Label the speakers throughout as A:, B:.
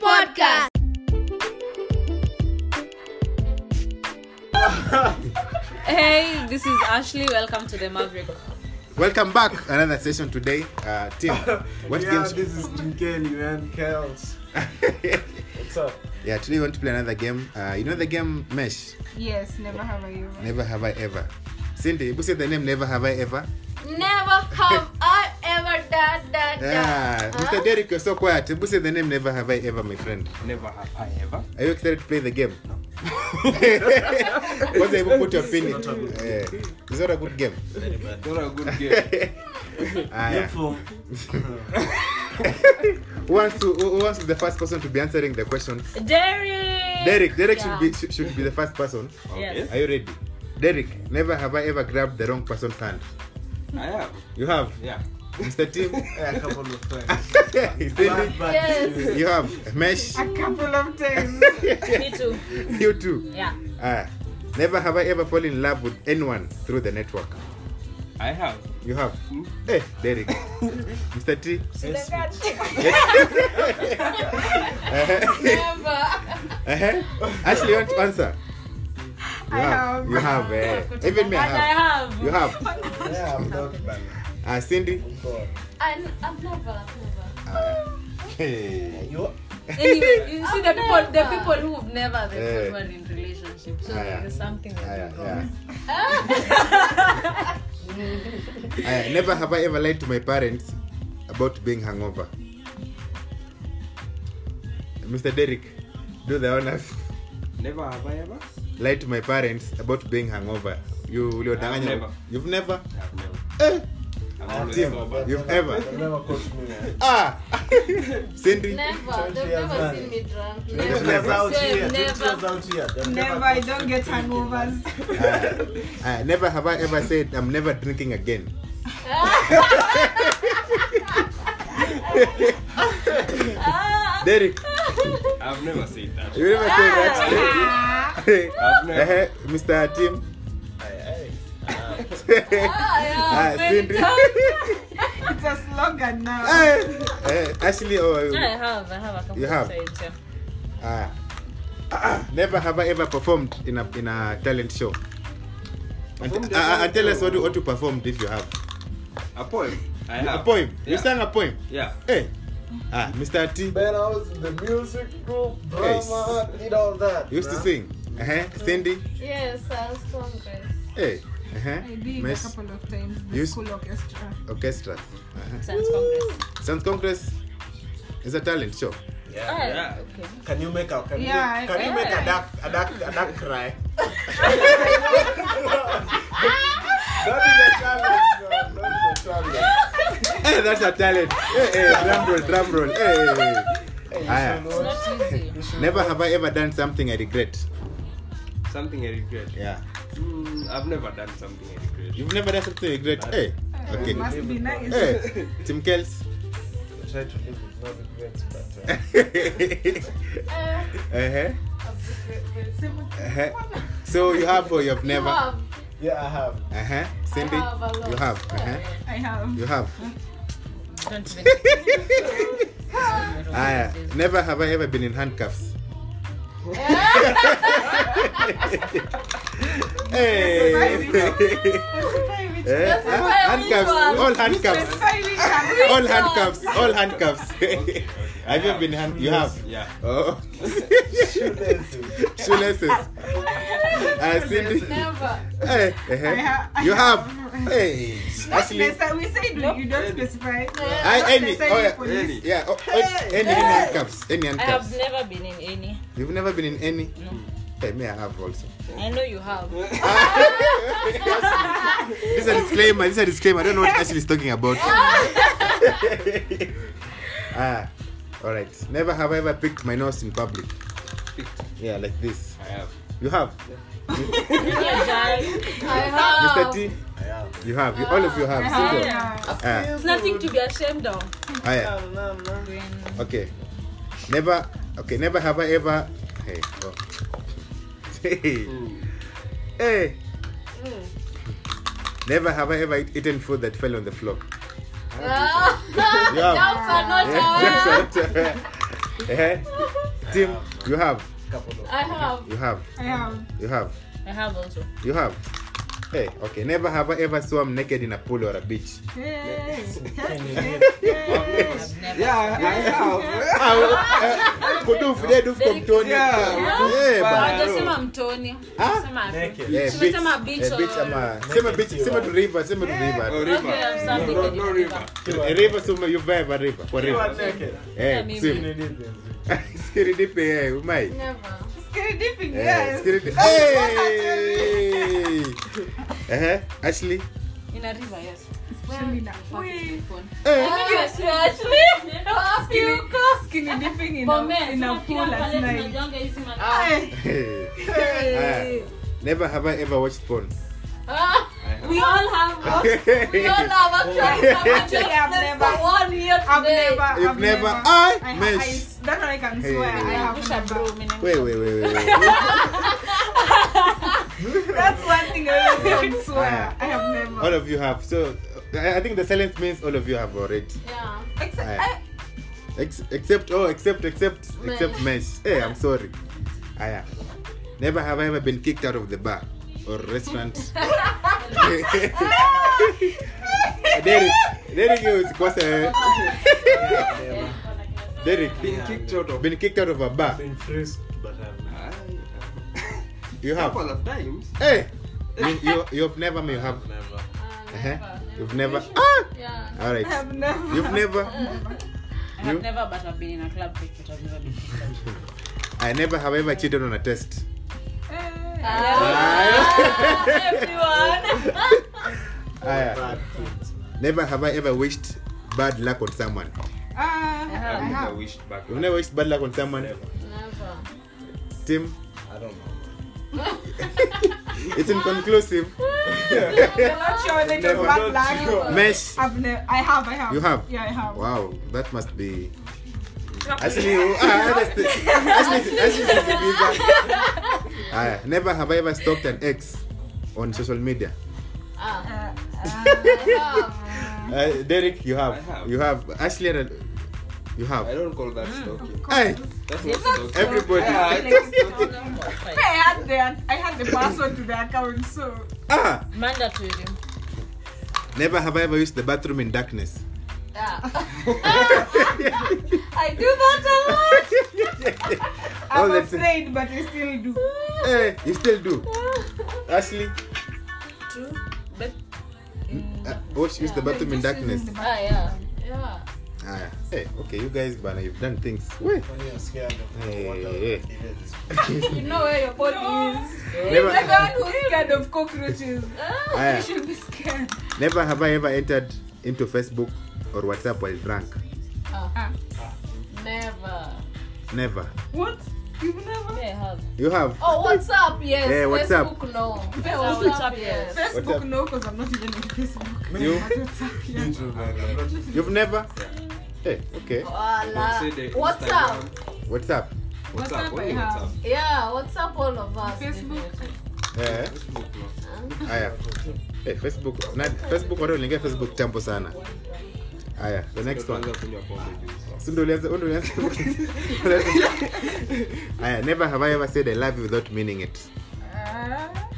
A: podcast.
B: Hey, this is Ashley. Welcome to the Maverick.
C: Welcome back another session today. Uh, Tim, what
D: yeah,
C: games?
D: this is Jinkeni, man. Kels. What's up?
C: yeah, today we want to play another game. Uh, you know the game Mesh.
E: Yes, never have I ever.
C: Never have I ever. Cindy, you said the name Never have I ever.
A: Never have I ever done that.
C: Yeah, Mr. Derek, you're so quiet. You said the name Never have I ever, my friend.
D: Never have I ever.
C: Are you excited to play the game? Kwanza hebu put your opinion. Eh, It's not a good game. Ah,
D: Not a good game.
C: Aya.
D: From
C: Who wants to who who wants to be the first person to be answering the question?
E: Eh,
B: Derek.
C: Derek, Derek
A: Yeah.
C: should be should- should be the first person.
B: Yes.
C: Are you ready? Derek, never have I ever grabbed the wrong person's hand.
D: I have.
C: You have,
D: Yeah.
C: Mr. Tim.
D: A couple of times.
C: He's saying
D: But
A: Yes.
C: it. you have Mesh.
E: A couple of times.
B: Me too.
C: You too.
B: Yeah.
C: Ah, never have I ever fallen in love with anyone through the network.
D: I have.
C: You have. Hey, Derek. Mr. T.
A: Never.
C: Uh-huh. Eh, Ashley, you want to answer? You
E: I have.
C: You have. eh. even me, I
B: And I
C: have.
B: have.
C: You have.
D: Yeah, I'm not bad.
C: Ah, Cindy.
A: And I've never, never.
C: Ah. Hey.
D: You
B: Anyway, you see the people, the
A: never.
B: people who've never, the
C: Eh.
B: people who are in relationships. So
C: Ah, yeah.
B: there's something
C: Ah,
B: that
C: yeah,
B: you
C: yeah.
B: wrong.
C: I never have I ever lied to my parents about being hungover. Mr. Derek, do the honors.
D: never have I ever?
C: Lie to my parents about being hungover. You uliodanganya.
D: I've never.
C: You've never.
D: I've never.
C: Eh,
D: I'm always
C: Tim,
D: sober.
C: you've ever.
F: Never caught me. man.
C: Ah, Cindy.
A: Never. They've
F: years
A: never
F: man.
A: seen me drunk.
F: Twenty
A: Never.
C: Never.
F: years out
B: Same,
F: here. Twenty
B: never.
F: years out here. They've
E: never, I
F: caught
E: don't
F: me
E: get
F: drinking, man.
E: hangovers.
C: I never have I ever said I'm never drinking again. Derek,
D: I've never said that.
C: you never said that.
D: I've never.
C: Eh, Mr. Tim.
F: Aye,
C: Ah, Cindy.
E: It's a slogan now.
C: Eh, eh, Ashley, or
E: Ah.
B: Yeah, I have. I have a couple
C: You have.
B: of sides. Yeah.
C: Ah. Ah, Never have I ever performed in a in a talent show. And,
D: Performed
C: ah, ah,
D: a talent
C: and tell us
D: show?
C: what you, what you performed if you have
D: A poem. I have.
C: a poem.
D: Yeah.
C: You sang a poem.
D: Yeah.
C: Hey, ah, Mr. T
F: aye. Man, I was in the music group, drama,
C: Yes.
F: did all that.
C: used to
F: bruh.
C: sing. Uh huh. Cindy.
A: Yes, I was Congress.
C: Hey. Uh huh.
E: I did a
C: Miss
E: couple of times the
C: You s-
E: school orchestra.
C: Orchestra. Uh-huh.
B: Science Congress.
C: Sounds Congress is a talent show.
F: Yeah.
B: Ah,
D: Yeah.
B: Okay.
F: Can you make a can
E: Yeah,
F: you, can you make a
E: Eh.
F: duck
B: yeah.
F: a duck a duck cry? that is a challenge. man. That is a challenge.
C: Hey, Eh, that's a talent. Hey, hey, drum roll, drum roll. Hey, hey,
F: Hey, you
C: Aya.
F: should
B: It's
F: know.
B: not easy.
F: You should
C: Never
F: know.
C: have I ever done something I regret.
D: Something I regret.
C: Yeah.
D: Mm, I've never done something I regret.
C: You've never done something you regret. Hey. Okay.
E: It must be nice.
C: Hey, Tim Kells.
F: I try to live with no regrets, but
G: Eh.
F: uh,
A: Uh,
C: uh-huh.
E: Same-
C: Uh-huh. So you have or you have
A: never.
C: never?
A: Have,
F: yeah, I have.
C: Uh-huh. Cindy,
A: I have a lot.
C: you have. Uh-huh.
E: I have.
C: You have.
B: Don't even. Don't even
C: Ah, never have I ever been in handcuffs. hey.
E: Specify which-
C: Eh, ah, handcuffs. All handcuffs.
E: specify which hand-
C: All handcuffs. All handcuffs. have you been hand? You have.
D: Yeah.
C: Oh.
F: Shoelaces.
C: Shoelaces. Uh, Cindy.
A: never.
C: Hey, uh-huh.
E: ha- I
C: you have.
E: have.
C: Hey,
E: Not
C: Oh, actually,
E: necessar- we say you- you don't specify.
C: I
E: Not
C: any, oh,
E: necessarily
C: yeah,
E: police.
D: any.
C: yeah, oh, oh, any, any handcuffs, any
B: I have
C: handcuffs.
B: never been in any.
C: You've never been in any.
B: No.
C: Hey, may I have also?
B: I know you have.
C: This is a disclaimer. This is a disclaimer. I don't know what Ashley is talking about. ah, all right. Never have I ever picked my nose in public. Yeah, like this.
D: I have.
C: You have,
B: You're shy.
A: I have.
C: Mr. T.
F: I have.
C: You have. You, all of you have.
E: I
C: Sit
E: have.
C: down.
E: yeah.
C: Ah,
B: It's nothing to be ashamed of.
C: ah, yeah. Okay. Never. Okay. Never have I ever. Hey. Oh. Hey. Hey.
E: Hmm.
C: Never have I ever eaten food that fell on the floor.
A: Ah,
C: You have.
A: Jumps are not
C: Yeah,
A: allowed.
C: that's what- Eh, team you have
D: Couple of.
A: I have.
C: you have
E: I have.
C: you have
B: I have also.
C: you have hey okay never have i ever swam naked in a pool or a beach
E: Hey.
B: I've never.
D: Yeah, I, I have.
C: Eh, kudufu yeah, dufu kwa mtoni
D: Yeah.
C: Eh, bana.
B: Hawajasema mtoni.
C: Ah?
B: Wanasema ati-
F: Naked.
C: Eh,
B: Sema
C: beach.
B: sema beach
C: Eh, beach
B: or-
C: ama- sema beach, sema tu river, sema tu
D: Oh,
C: river.
D: river.
B: Okay, I'm sorry,
D: No, no,
B: naked,
D: no
B: you
D: river.
B: river.
C: Eh, river, sema you vibe a river, kwa
F: You are
C: river.
F: naked.
C: Eh,
B: Mimi.
C: swim.
F: You did this.
C: Skiri dipi, eh, umai.
A: Never.
E: Skinny dipping,
C: Eh,
E: yes.
C: skiri dipi. Hey! Ehe, Eh, Ashley.
B: In a river, yes.
E: Shamina. Wait.
C: Eh,
A: Yes, actually. Fuck you.
E: Skinny dipping in
B: For
E: a,
B: men,
E: in a
B: sema
E: pool
B: kila
E: at
B: pale
E: night.
B: tunajuanga hizi ma-
E: Hey.
C: hey.
E: Hey.
C: Ah, Never have I ever watched porn.
A: Ah,
B: We all have.
A: we all have actually some
E: Actually, I've
A: adjustments
E: never-
A: for one year
E: I've
A: today.
E: never. I've
C: You've never-
E: never.
C: I
E: I,
C: mesh.
E: I, that one I can
C: Hey.
E: swear. I have
B: Nimeangusha
E: never.
B: bro, nimeangusha.
C: Wait, wait, wait, wait, wait.
E: That's one thing I always can swear.
C: Ah.
E: I have never.
C: All of you have. So, I I think the silence means all of you have already.
A: Yeah.
E: Except,
C: Ah.
E: I,
C: Ex- except oh except except except mesh hey i'm sorry aya never have i ever been kicked out of the bar or restaurant derek derek you usikose derek
D: Being kicked out of.
C: been kicked out of a bar
F: I've been frisked, but I've not.
D: I-
C: you
D: a couple
C: have
D: of times.
C: hey you, you you've never you have
F: Never.
A: Uh,
C: uh-huh.
A: never.
C: you've never ah
A: Yeah.
C: all
E: I
C: right
E: have never.
C: you've never
B: I have never, but I've been in a club trip, but I've never been kicked out.
C: i never have ever cheated on a test
E: Eh.
A: Ah, everyone.
C: aya
F: Bad kids.
C: Ah, never have i ever wished bad luck on someone
E: Ah, I
D: I never
E: have.
D: wished back.
C: You've never wished bad luck on someone.
F: Never.
A: Never.
C: Tim,
D: I don't know.
C: it's inconclusive.
E: I'm not sure they
F: Never.
E: just bad
F: Not
E: luck.
F: sure.
C: Mesh.
E: I've never. I have. I have.
C: You have?
E: Yeah, I have.
C: Wow, that must be. Actually, you- ah, that's the- actually, actually, it's a visa. Ah, never have I ever stalked an ex on social media.
A: Ah,
E: Uh,
C: Uh, Derek, you have,
D: I have.
C: you have. Ashley, and- you
D: I
C: have.
D: don't call that stalking.
C: Hey,
D: That's not stalking.
C: everybody.
D: Yeah, I
E: Like,
D: think stalking.
E: I had the I had the password to the account, so
C: ah,
B: Mandatory.
C: never have I ever used the bathroom in darkness.
A: yeah. I do that a lot.
C: All
E: I'm
C: the thi-
E: afraid, but I still do.
C: Hey, Eh, you still do. Ashley,
B: True. But
C: uh, watch use the bathroom in
E: Just using
C: darkness.
E: the
B: ah yeah.
A: Yeah.
C: Ah, hey, okay, you guys, bana, you've done things. Wait.
F: When you're scared of
C: Hey,
F: water,
C: hey.
F: it is.
A: You know where your body is.
C: Never,
E: Like one who's scared of cockroaches.
C: Ah,
E: You should be scared.
C: never have I ever entered into Facebook or WhatsApp while drunk.
A: Never.
C: Never.
E: What? You've never?
B: Yeah, I have.
C: You have.
A: Oh, what's up? Yes.
C: Yeah, what's up?
A: Facebook, no.
B: what's up? Yes.
C: What's up?
E: Facebook, no, because I'm not even on Facebook.
C: You?
E: But WhatsApp, yeah.
D: I'm not
C: You've never. Hey, okay.
A: Voila.
D: Don't say the
A: What's up?
D: Instagram.
C: What's up?
D: What's
E: WhatsApp
D: up? What
E: I
D: do you
E: have.
D: WhatsApp?
A: Yeah, what's up, all of us?
E: Facebook.
C: Eh,
D: Facebook no.
C: Aya. Hey, Facebook. Na Facebook watu waliingia Facebook tambo sana. Aya, the next
D: Ndio
C: one.
D: tuanze kunywa pombe juice.
C: Si ndio ulianza- wewe ndio ulianza? Aya, never have I ever said I love you without meaning it.
E: Ah.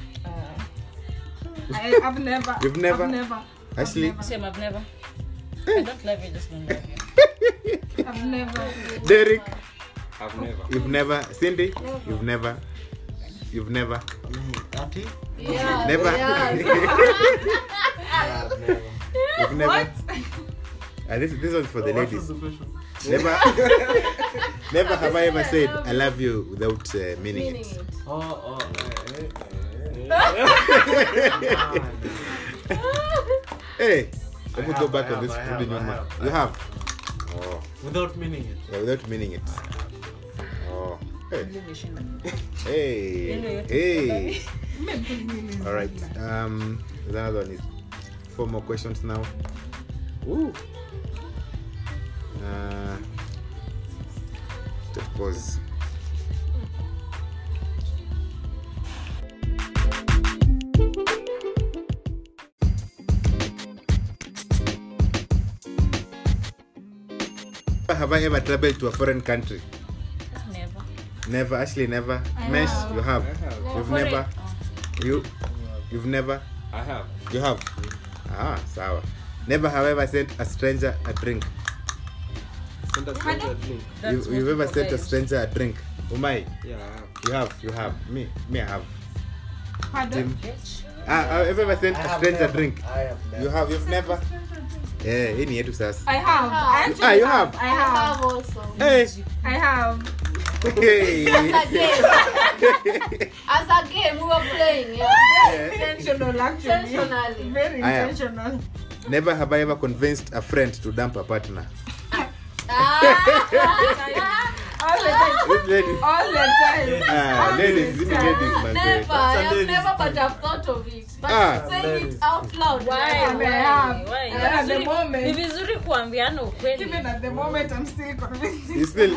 E: I, I've never.
C: You've never?
E: I've never.
C: Ashley?
E: I've never.
B: Same. I've never. I don't love you. Just don't love you.
E: I've never.
C: Derek,
D: I've never.
C: you've never. Cindy, you've never. You've never.
F: Happy?
A: Yeah.
C: Never.
A: Yeah.
F: I've never.
C: You've never. Uh, this this one's for the
F: Oh, what was
C: ladies.
F: the question?
C: Never, never have I ever said I love you without uh, meaning
A: Meaning
C: it.
A: it.
F: Oh, oh, eh, eh, eh.
C: Hey,
F: I
C: let me go
F: have,
C: back
F: I
C: on this.
F: have, I have,
C: Rudy
F: I
C: Numa.
F: have.
C: You have. Oh,
F: Without meaning it.
C: yeah, without meaning it. Oh, hey,
B: Relation.
C: hey,
B: Anyway,
C: hey. All right. Um, the other one is four more questions now. Ooh. Uh, take pause. Have I ever traveled to a foreign country?
B: Never.
C: Never. Ashley, never.
H: I
C: Mesh,
H: have.
C: you have.
D: I have.
C: You've
B: For it.
C: never. You. You've never.
D: I have.
C: You have. Ah, sawa. Never, however, sent a stranger a drink.
D: Send us a link.
C: You,
B: That's
C: you've
B: what
C: ever
B: people
C: sent a
B: like.
C: stranger a drink? Umai,
D: Yeah, I have.
C: you have. You have. Me. Me, I have.
E: Pardon?
C: Tim. Ah, I've ever sent a stranger a drink.
G: I have never.
C: You have. You've never. Eh, hii ni yetu sasa.
E: I have. I actually
C: Ah, you have.
E: I
H: I
E: have.
H: have also.
C: Hey.
E: I have.
H: As a
C: Hey.
H: game. As a game, we were playing. Yeah.
E: Intentional, actually.
H: Intentionally.
E: Very
C: I am.
E: intentional.
C: Never have I ever convinced a friend to dump a partner.
E: All the time.
C: This lady.
E: All the time.
C: Ah, ladies, these ladies, man.
H: Never, I have
D: ladies'
H: never, but I've thought of it. But
C: Ah.
H: saying
G: Ladies.
H: it out loud.
E: Yeah,
H: never.
E: I have.
B: Why?
E: Even at Ah, the
B: Vizuri- ni
E: moment.
B: vizuri kuambiana ukweli
E: Even at the moment, I'm still
C: You
E: convinced.
C: still.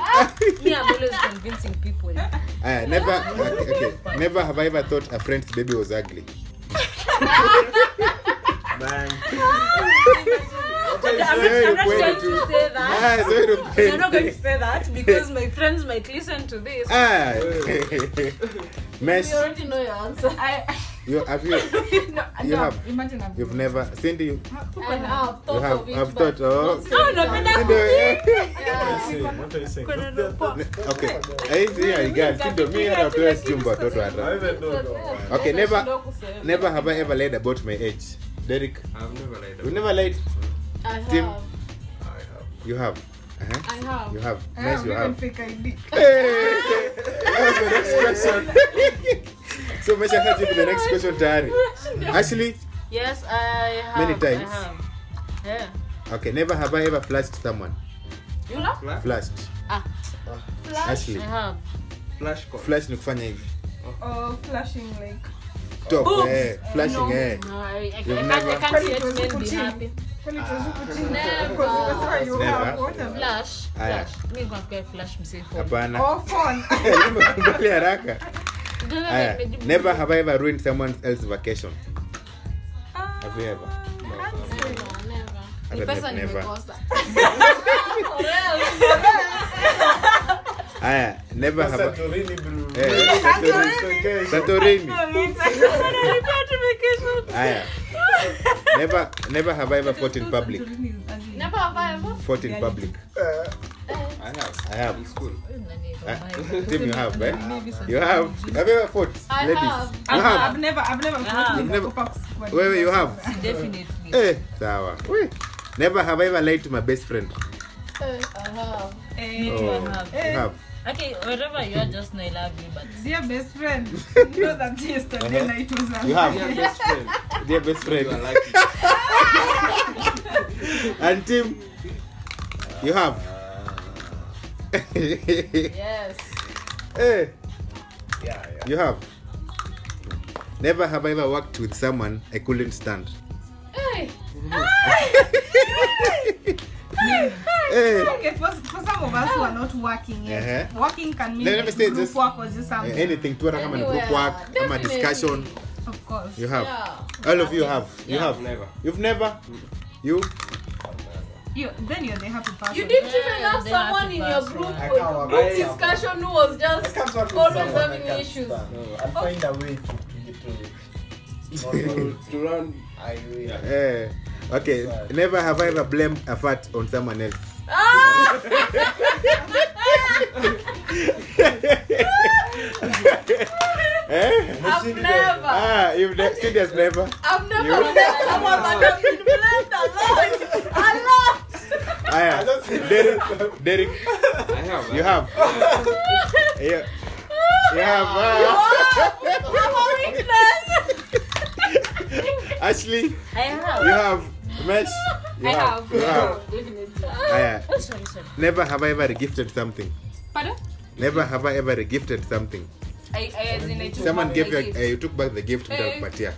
B: Me, I'm always convincing people.
C: Ah, never. Okay. Never have I ever thought a friend's baby was ugly.
G: Man.
B: I'm not, I'm not
C: Kweli
B: going
C: tu.
B: to say that.
C: Ah, so you
B: I'm not going to say that because my friends might listen to this.
C: Ah. Mesh,
H: You already know your answer.
E: I,
C: you have you.
E: no,
C: You
E: no,
C: have.
E: Imagine I've
C: You've never. Cindy, you
H: I have
C: you
H: thought
C: have.
H: of it.
C: I've
H: but
C: thought. Oh.
B: No, napenda
C: Cindy. eh.
H: Yeah.
G: What are you saying?
B: kuna nupo.
C: Okay. Hii si ya igani. Cindy, mimi hata pewa chumba watoto
G: I
C: hata.
G: even don't know. man.
C: Okay, never.
H: Nashindwa kusema.
C: Never have I ever lied about my age. Derek,
D: I've never lied.
C: you never lied.
H: I have.
C: Tim.
D: I have.
C: You have. Uh-huh.
H: I have.
C: You have.
E: I
C: Mesh,
E: have
C: you
E: even
C: have.
E: fake ID.
C: Hey! That was the next question. so Mesha had you to the next question tayari. Actually,
B: Yes, I have.
C: Many times.
B: I have. Yeah.
C: okay, never have I ever flashed someone.
H: You laugh?
D: Flash,
C: Flashed.
B: Ah,
C: Actually,
B: I have.
D: flash call.
C: flash ni kufanya hivi.
E: Oh, flashing like.
C: Top
B: Boobs.
C: eh, flashing eh.
B: No, I, I, I,
C: You've
B: can't,
C: never-
B: I can't
E: Kwani
B: let men be
E: tuwezi
B: happy.
E: Kwani tuwezi kuchini?
H: Never.
E: Because that's why you
C: Never.
E: have. What a
B: Flash,
C: Aya.
B: flash. Me kwa kwa flash msefu.
C: Hapana.
E: Oh, phone.
C: Nimekubali haraka. Aya, Never have I ever ruined someone else's vacation.
E: Ah,
C: Have you ever?
H: Never, never.
C: Hata
B: pesa
C: ne- never.
B: nimekosa.
C: Aya, never have I-
G: Santorini, bro.
C: eh, Santorini. Aya. Never never have I ever fought in public.
H: Never have I ever.
C: Fought in public.
D: I have.
C: I have.
D: In school.
C: Ah, Tim, you have, eh? You have. Have you ever fought?
H: I
C: ladies?
H: have.
C: You have.
E: I've never, I've never
B: Yeah.
E: floated
C: You've
E: in
C: never-
E: a pop-up squad.
C: Wewe, you have.
B: Definitely.
C: Eh, sawa. We. Never have I ever lied to my best friend.
H: Eh, I have.
E: Eh,
B: Oh. I have.
C: You have.
B: Okay, whatever you are, just know I love you, but
E: dear best friend, you know that yesterday
C: Uh-huh.
E: night was a
C: You have.
D: Dear best friend,
C: Dear best
D: you are
C: friend.
D: lucky.
C: And Tim, you have.
H: Yes.
C: eh,
G: Yeah, yeah.
C: you have. Never have I ever worked with someone I couldn't stand.
H: Hey.
C: Eh,
E: Okay, for, for some of us who are not working yet,
C: Uh-huh.
E: working can mean
C: Let me
E: like
C: say Uh,
E: group
C: just-
E: work or just something.
C: Eh, anything tu hata kama ni group work
H: Definitely.
C: ama discussion
E: Of course.
C: you have
H: Yeah.
C: all of you have you
B: Yeah.
C: have
D: Never.
C: you've never you
E: You, then you're the happy person.
H: You didn't
B: Yeah,
H: even have
B: they have
H: someone
B: to
H: in
B: pass
H: your
B: one.
H: group with
G: I can't
H: group
G: work.
H: discussion who was
G: I
H: just
G: can't work with
H: always
G: someone I
H: having
G: can't
H: issues.
G: stand. No, I'll find a way to to to. to,
D: To, to run.
G: I will.
C: eh, okay
G: Sorry.
C: never have I ever blamed a fat on someone else
H: Ah,
C: eh?
H: I've
G: Mshindi
H: never,
C: ah you've ne- serious never
H: I've
C: You-
H: never met someone that has been blamed a lot, a lot.
C: Aya, Derek, Derek,
D: I have.
C: you
D: I
C: have. You, you have. ah.
H: I'm a weakness.
C: Ashley,
B: I have.
C: you have. Mesh, you
B: I
C: have.
B: have.
C: You have.
H: Definitely.
C: Aya,
B: Sorry, sorry.
C: never have I ever gifted something.
B: Pardon?
C: Never have I ever gifted something.
B: I, I as in I took
C: Someone
B: back
C: gave
B: my
C: you,
B: gift. Eh,
C: uh, you took back the gift nitakupatia.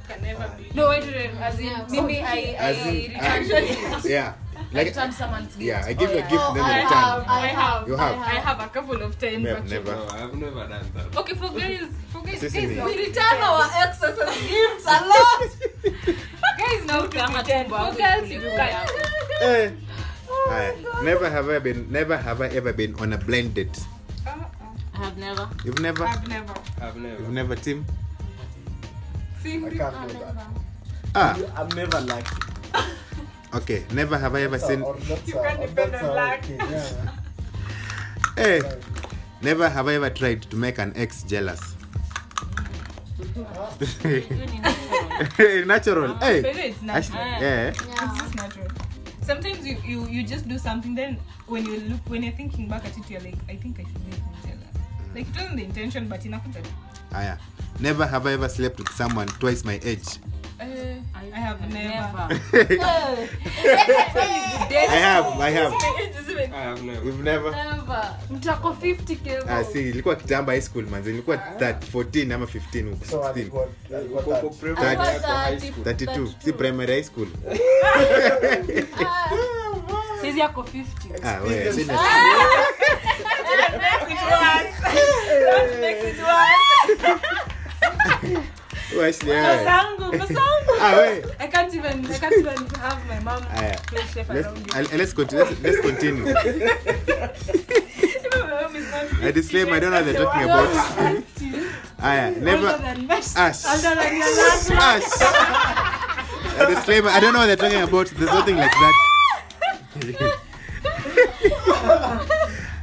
B: No, I didn't. As in,
H: Yeah.
B: maybe I, I
C: As in,
B: returned
C: I-
B: the gift.
C: Yeah.
B: I
C: Like,
B: returned someone's gift.
C: yeah, I give
B: oh,
C: you a
B: yeah.
C: gift
H: Oh,
C: then
H: I
C: you
H: have,
C: return.
H: I have,
C: You
H: I
C: have.
H: have.
E: a couple of times.
C: Never,
D: No,
E: actually.
C: never.
D: I've never done that.
B: Okay, for guys, for guys,
C: Sisi
B: guys,
C: ni-
B: we
H: We
B: return
H: return our excess gifts a lot.
B: guys now to pretend. For girls, you guys.
C: Eh.
B: Oh,
C: Aya, never have I been, never have I ever been on a blind date.
E: Uh-uh.
B: I I have never.
C: You've never,
E: I've never
F: I've never.
C: you've never team.
E: seen
F: I
E: this.
F: can't do that.
C: Ah,
D: I'm never like
C: okay. Never have I ever seen.
G: Oh,
F: Or that's
E: You
F: how-
E: can
F: or
E: depend
F: that's how
E: on luck.
F: it is, yeah.
C: Hey, never have I ever tried to make an ex jealous. natural. Hey,
E: Maybe it's
C: actually,
E: natural.
C: yeah.
E: It's just natural. Sometimes you, you, you just do something, then when you look when you're thinking back at it, you're like, I think I should make him jealous. Like it wasn't the intention, but inakuja. tu.
C: Aya. Never have I ever slept with someone twice my age.
E: Uh, I have never.
C: I have, I have.
F: I have never.
C: You've never.
B: Never. Mtako 50 kilo.
C: Ah, see, ilikuwa kitambo high school manzi, ilikuwa that 14 ama 15 huko,
F: So I
C: 16.
F: got- I got that.
D: Uko privilege.
C: Thirty-
F: I got high
A: thirty.
F: school.
C: 32, si primary high school.
B: Sisi yako 50.
C: Ah, wewe,
F: Experience.
C: sina-
E: It was. Don't make it worse.
C: wewe, actually,
E: Kwa
C: wewe.
E: sangu, kwa sangu.
C: Ah, wewe.
E: I can't even I can't even have my mom
C: Aya.
E: feel safe
C: Let's,
E: around you.
C: I'll- let's continue. Let's, let's continue.
E: Even my mom is not
C: I disclaim, I don't know what they're talking about. Ah, Aya,
E: older
C: never.
E: than best.
C: Ash.
E: Older than your last
C: Ash. A disclaimer, I don't know what they're talking about. There's nothing like that.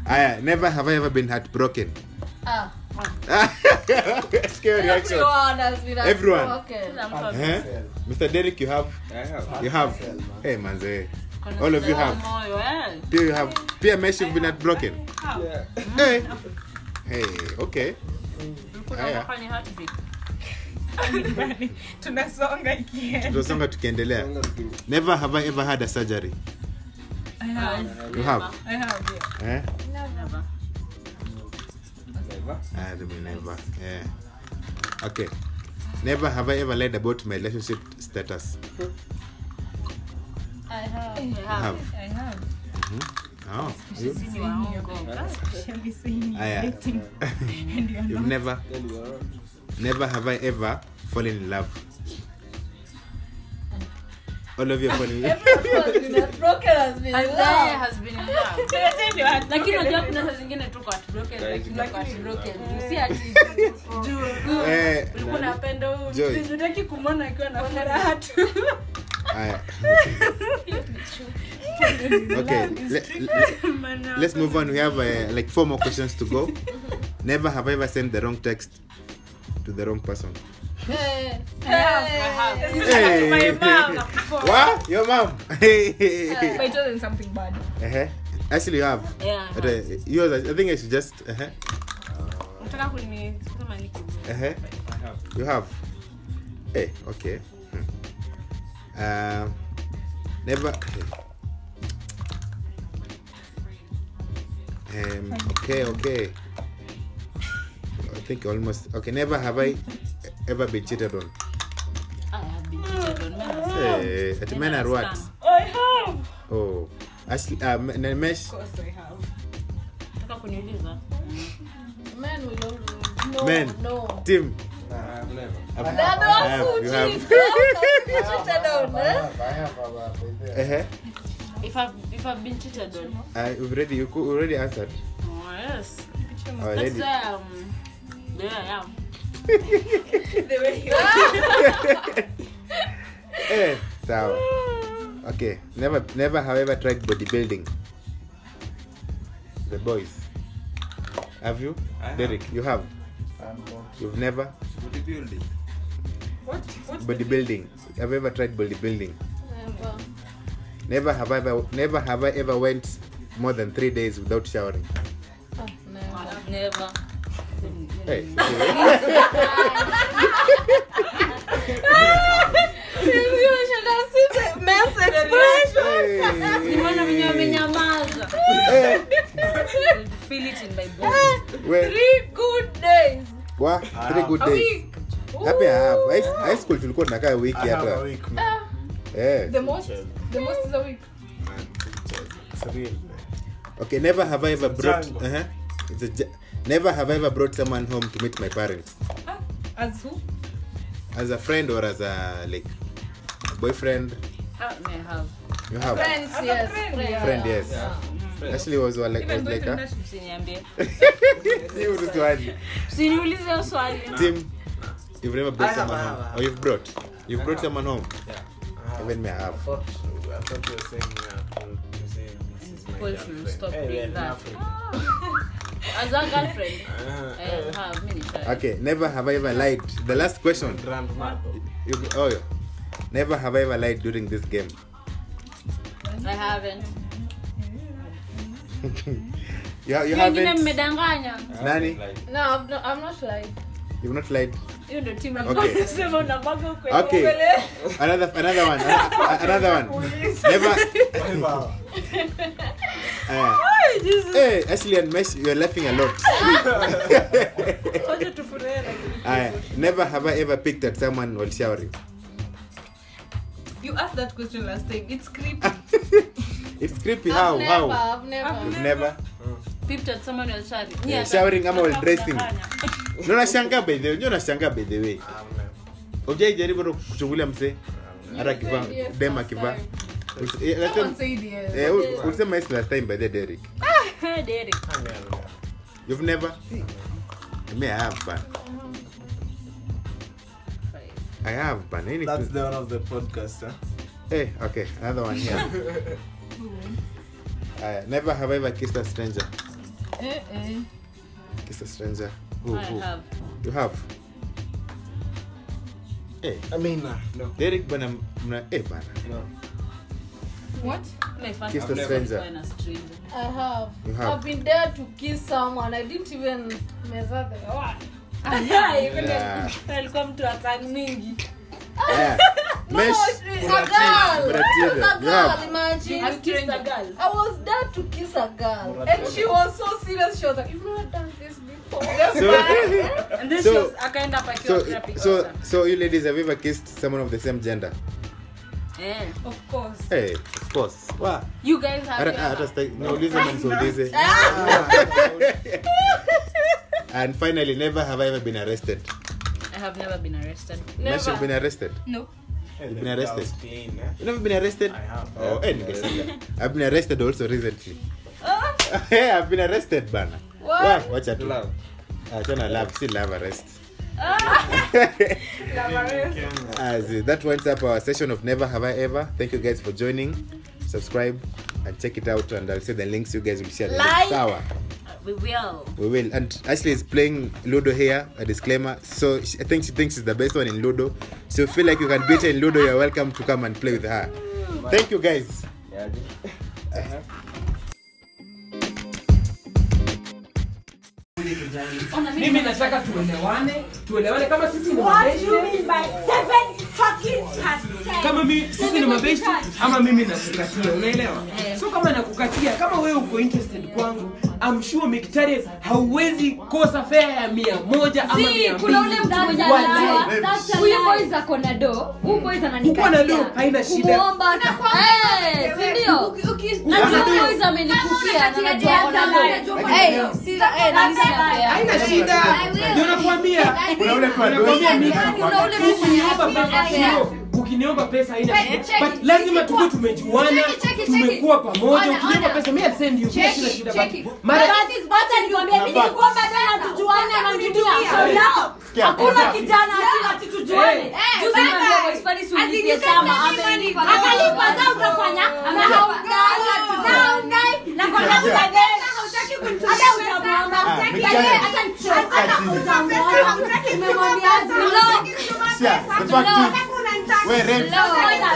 C: Aya, never have I ever been heartbroken.
A: Ah.
C: Scary reaction.
A: Everyone has been
C: Everyone.
A: outspoken.
C: Eh? Mr. Derek, you have.
F: I have.
C: You have. Hey, manze. All of you have.
B: Moyo, eh.
C: Pia, you have. Pia, Mesh, you've been heartbroken.
F: Yeah.
C: Hey. Hey, okay. Ah, Aya.
B: Unafanya heartbreak.
E: Jamani, Yaani, tunasonga ikienda
C: Tunasonga tukiendelea.
F: Don't do.
C: Never have I ever had a surgery.
E: I have,
C: You have.
E: I have, yeah.
C: Eh?
B: Never.
F: Never.
C: Ah, they will never. Yeah. Okay. Never have I ever lied about my relationship status.
A: I have.
C: I have.
E: I have.
C: Oh. You?
B: Sisi ni waongo.
E: Shall we say me
C: Aya.
E: dating and you're
C: Ah, You've
E: not?
C: never,
F: Then you are.
C: never have I ever fallen in love. All of you are falling in love.
A: Broken has been love.
B: Isaiah has been in love.
E: Can I tell you what?
B: lakini unajua kuna saa zingine tuko heartbroken,
F: Guys,
B: lakini
F: you
B: tuko
F: guys-
B: heartbroken. si ati juu
C: Eh,
B: ulikuwa unapenda huyu
C: Joy.
B: mtu, hutaki kumwona akiwa na furaha tu
C: aya. okay. le- le- let's move on. We have uh, like four more questions to go. Never have I ever sent the wrong text to the wrong person.
A: Hey.
E: This is
C: Hey.
E: my mom.
C: What? Your mom?
E: But it wasn't something bad.
C: uh-huh. Actually, you have.
B: Yeah,
C: But, uh, yours, I think I should just. Uh-huh.
E: Nataka kuni- kama niki-
C: Uh-huh.
F: I have.
C: You have. Hey, okay. Hmm. Um, never. Um, okay, okay. I think almost. Okay, never have I ever been cheated on.
B: I have been cheated on, men are-
C: Hey, Eh, at men are what?
E: I have.
C: Oh. Actually, uh, Mesh,
E: Of course I have.
B: Nataka kuniuliza.
A: Men will always no,
C: Men.
A: no.
C: Tim.
F: Nah, I have never.
C: I've-
A: They are the
C: I have,
A: ones who
C: you
A: cheat.
C: have.
A: They are the ones who cheated on,
F: I
A: eh?
F: have. I have. I have. I have.
C: Uh-huh.
B: If I've- if I've been cheated on,
C: Uh, you've already, you cou- already answered. Oh,
B: oh, yes. That's
C: Already.
B: why, um, there I am.
E: The way you-
C: Eh, sawa. Okay, never, never, however, tried bodybuilding. The boys. Have you,
F: I have.
C: Derek? You have.
F: I'm not
C: You've never
F: bodybuilding.
E: What? What?
C: bodybuilding. Have you ever tried bodybuilding?
A: Never.
C: Never have I ever, never have I ever went more than three days without showering.
A: Oh, never.
B: I've never.
C: Hey.
B: Ni mbona venye
C: hey.
B: wamenyamaza?
C: hey.
B: You'll feel it in my
C: Ah.
B: body.
C: Well,
A: Three good days.
C: what? Three good
A: A
C: days.
A: week.
C: Happy I have. High- High school tulikuwa tunakaa wiki
D: I have a
C: hata.
D: week, man.
C: Eh.
E: The most, the most is a week.
D: It's real, man.
C: Okay, never have I ever
D: It's a
C: brought.
D: jungle.
C: Uh-huh. It's a ju- never have I ever brought someone home to meet my parents,
E: As who?
C: as a friend or as a like boyfriend.
B: Ah, I have.
C: You have
A: Friends, yes.
E: friend,
A: friends.
E: yeah.
C: friend, yes.
F: Yeah.
B: Mm.
C: Actually, was like, was
I: Even going
C: like,
I: through
C: a-
I: that shit.
B: usiniambie
C: Hii ni swali.
B: usiniulize swali
C: Tim, you've never brought
G: I have,
C: someone
G: I have,
C: home.
G: I have.
C: Or you've brought. You've brought someone home.
G: Ah,
C: Even me, I have.
G: I thought, I thought you were saying uh, to- to say this is my
B: Well, you
G: girlfriend.
B: stop
G: Hey,
B: doing
G: then
B: that.
G: nothing.
B: as a girlfriend
G: Ah,
B: I
C: Eh.
B: have many times.
C: Okay, never have I ever lied. The last question.
G: grandma.
C: You, oh, yeah. Never have I ever lied during this game.
B: I haven't.
C: You, ha- you
B: Wengine
C: haven't.
B: mmedanganya.
C: Nani?
D: Like,
H: No, I'm not, I'm not lying.
C: You've not lied.
B: Hiyo ndio timu
C: Okay.
B: ambayo nasema unabanga ukweli.
C: Okay. Another, another one. Another, another one. Never.
G: Wow.
C: Uh, hey, Ashley and Mesh, you're laughing a lot.
B: Wacha tufurahi lakini.
C: Uh, never have I ever picked at someone while showering.
I: You asked that question last time. It's
C: Ah.
I: creepy.
C: It's creepy.
H: I've
C: How?
H: never,
C: How?
H: I've never.
C: You've never.
B: Pipped at someone else shari. Ni
C: Yeah,
B: hata-
C: showering ama while
B: hata
C: dressing.
B: kudanganya.
C: No, nashangaa by the way. Unajua nashangaa by the way.
G: Hamna.
C: Hujaijaribu hata kuchungulia msee. Hata kivaa
H: Yes, last
C: dem akivaa.
H: time.
C: Us- eh, last
I: Someone
C: time-
I: said yes.
C: eh, u- ulisema yes last time by the Derek.
B: Hey, Derek.
G: Hamna, hamna.
C: You've never? Me, I have ban. I have ban. Any
G: That's the one of the podcast. Huh?
C: Hey, okay, another one here. uh, never have I ever kissed a stranger.
I: Eh, eh.
C: Kissed a stranger. Who?
B: I
C: Who?
B: have.
C: You have. Hey,
G: I mean, nah, no,
C: Derek bana, mna eh, hey bana.
G: no.
I: What?
B: My first
C: Kiss the
B: time
C: stranger.
B: when a stranger.
H: I have.
C: You have.
H: I've been there to kiss someone. I didn't even mess up the word.
B: Ah, Even
C: Yeah.
B: alikuwa mtu wa sang mingi.
C: Yeah. Mesh.
H: A girl.
C: But I
H: It
C: did
H: was
C: it.
H: a
C: You have.
H: girl. Imagine.
B: You kissed a girl.
H: I was there to kiss a girl, and she was so serious. She was like, "You've never done this before." That's
C: So,
B: And then
C: So-
B: she was akaenda kwa
C: so,
B: therapy
C: so,
B: also.
C: so, you ladies have ever kissed someone of the same gender?
B: Eh.
I: Of course.
C: Hey, of course. Wow.
B: You guys have
C: Hata- hata
B: ever-
C: sitaki- nauliza na msiulize. Ah. and finally never have i ever been arrested
B: I have never been arrested.
C: Mesh, you've been arrested
I: No.
G: Hey,
C: You've
G: the
C: been arrested.
G: girl's Clean, eh?
C: You've never been arrested
G: I have.
C: oh eh, nikasema. i've been arrested also recently
B: Ah.
C: hey, i've been arrested bana
B: What?
C: Why? watch out
G: Love.
C: Ah, tena love still love arrest
G: Kenya.
C: As in, that winds up our session of never have i ever thank you guys for joining subscribe and check it out and i'll say the links you guys will share
H: Like.
C: Sawa.
B: We will.
C: We will. And Ashley is playing Ludo here, a disclaimer. So she, I think she thinks she's the best one in Ludo. So if you feel like you can beat her in Ludo, you're welcome to come and play with her. Thank you guys.
D: yeah, just-
E: mimi nataka tuelewane tuelewane kama sisi ni mabeshte kama mi, sisi ni mabeshte ama mimi nakukatia unaelewa so kama nakukatia kama wewe uko interested kwangu I'm sure Mkhitaryan hauwezi kosa fea ya mia moja ama mia
J: kuna ule
E: mbili
J: mtu mwenye
E: Wa-
J: anawa huyu boys ako na do huyu boys
E: Kukuwa na do haina shida
J: ananiomba sindio najua huyu boys amenikupia na najua ona do
E: haina shida ndio nakwambia
J: kuna ule mtu mwenye
E: Ukiniomba pesa
J: anakupea.
E: sio, ukiniomba pesa haina
J: Check, check,
E: but lazima tuwe
J: ikikuwa-
E: tumejuana
J: Check, check, check.
E: tumekuwa pamoja
J: Ona,
E: ukiniomba
J: ona.
E: pesa mi I'll send you
J: Check,
E: sina shida
J: check.
E: but mara
J: hakuna kijana ati tujuane juzi nimeambia boys Paris ulipie kama amelipa akalipa za utafanya na haudai na kwa sababu ya deni hautaki kunitumia utamwomba
C: Mkhitaryan.
J: hata nitamwomba hautaki kumwambia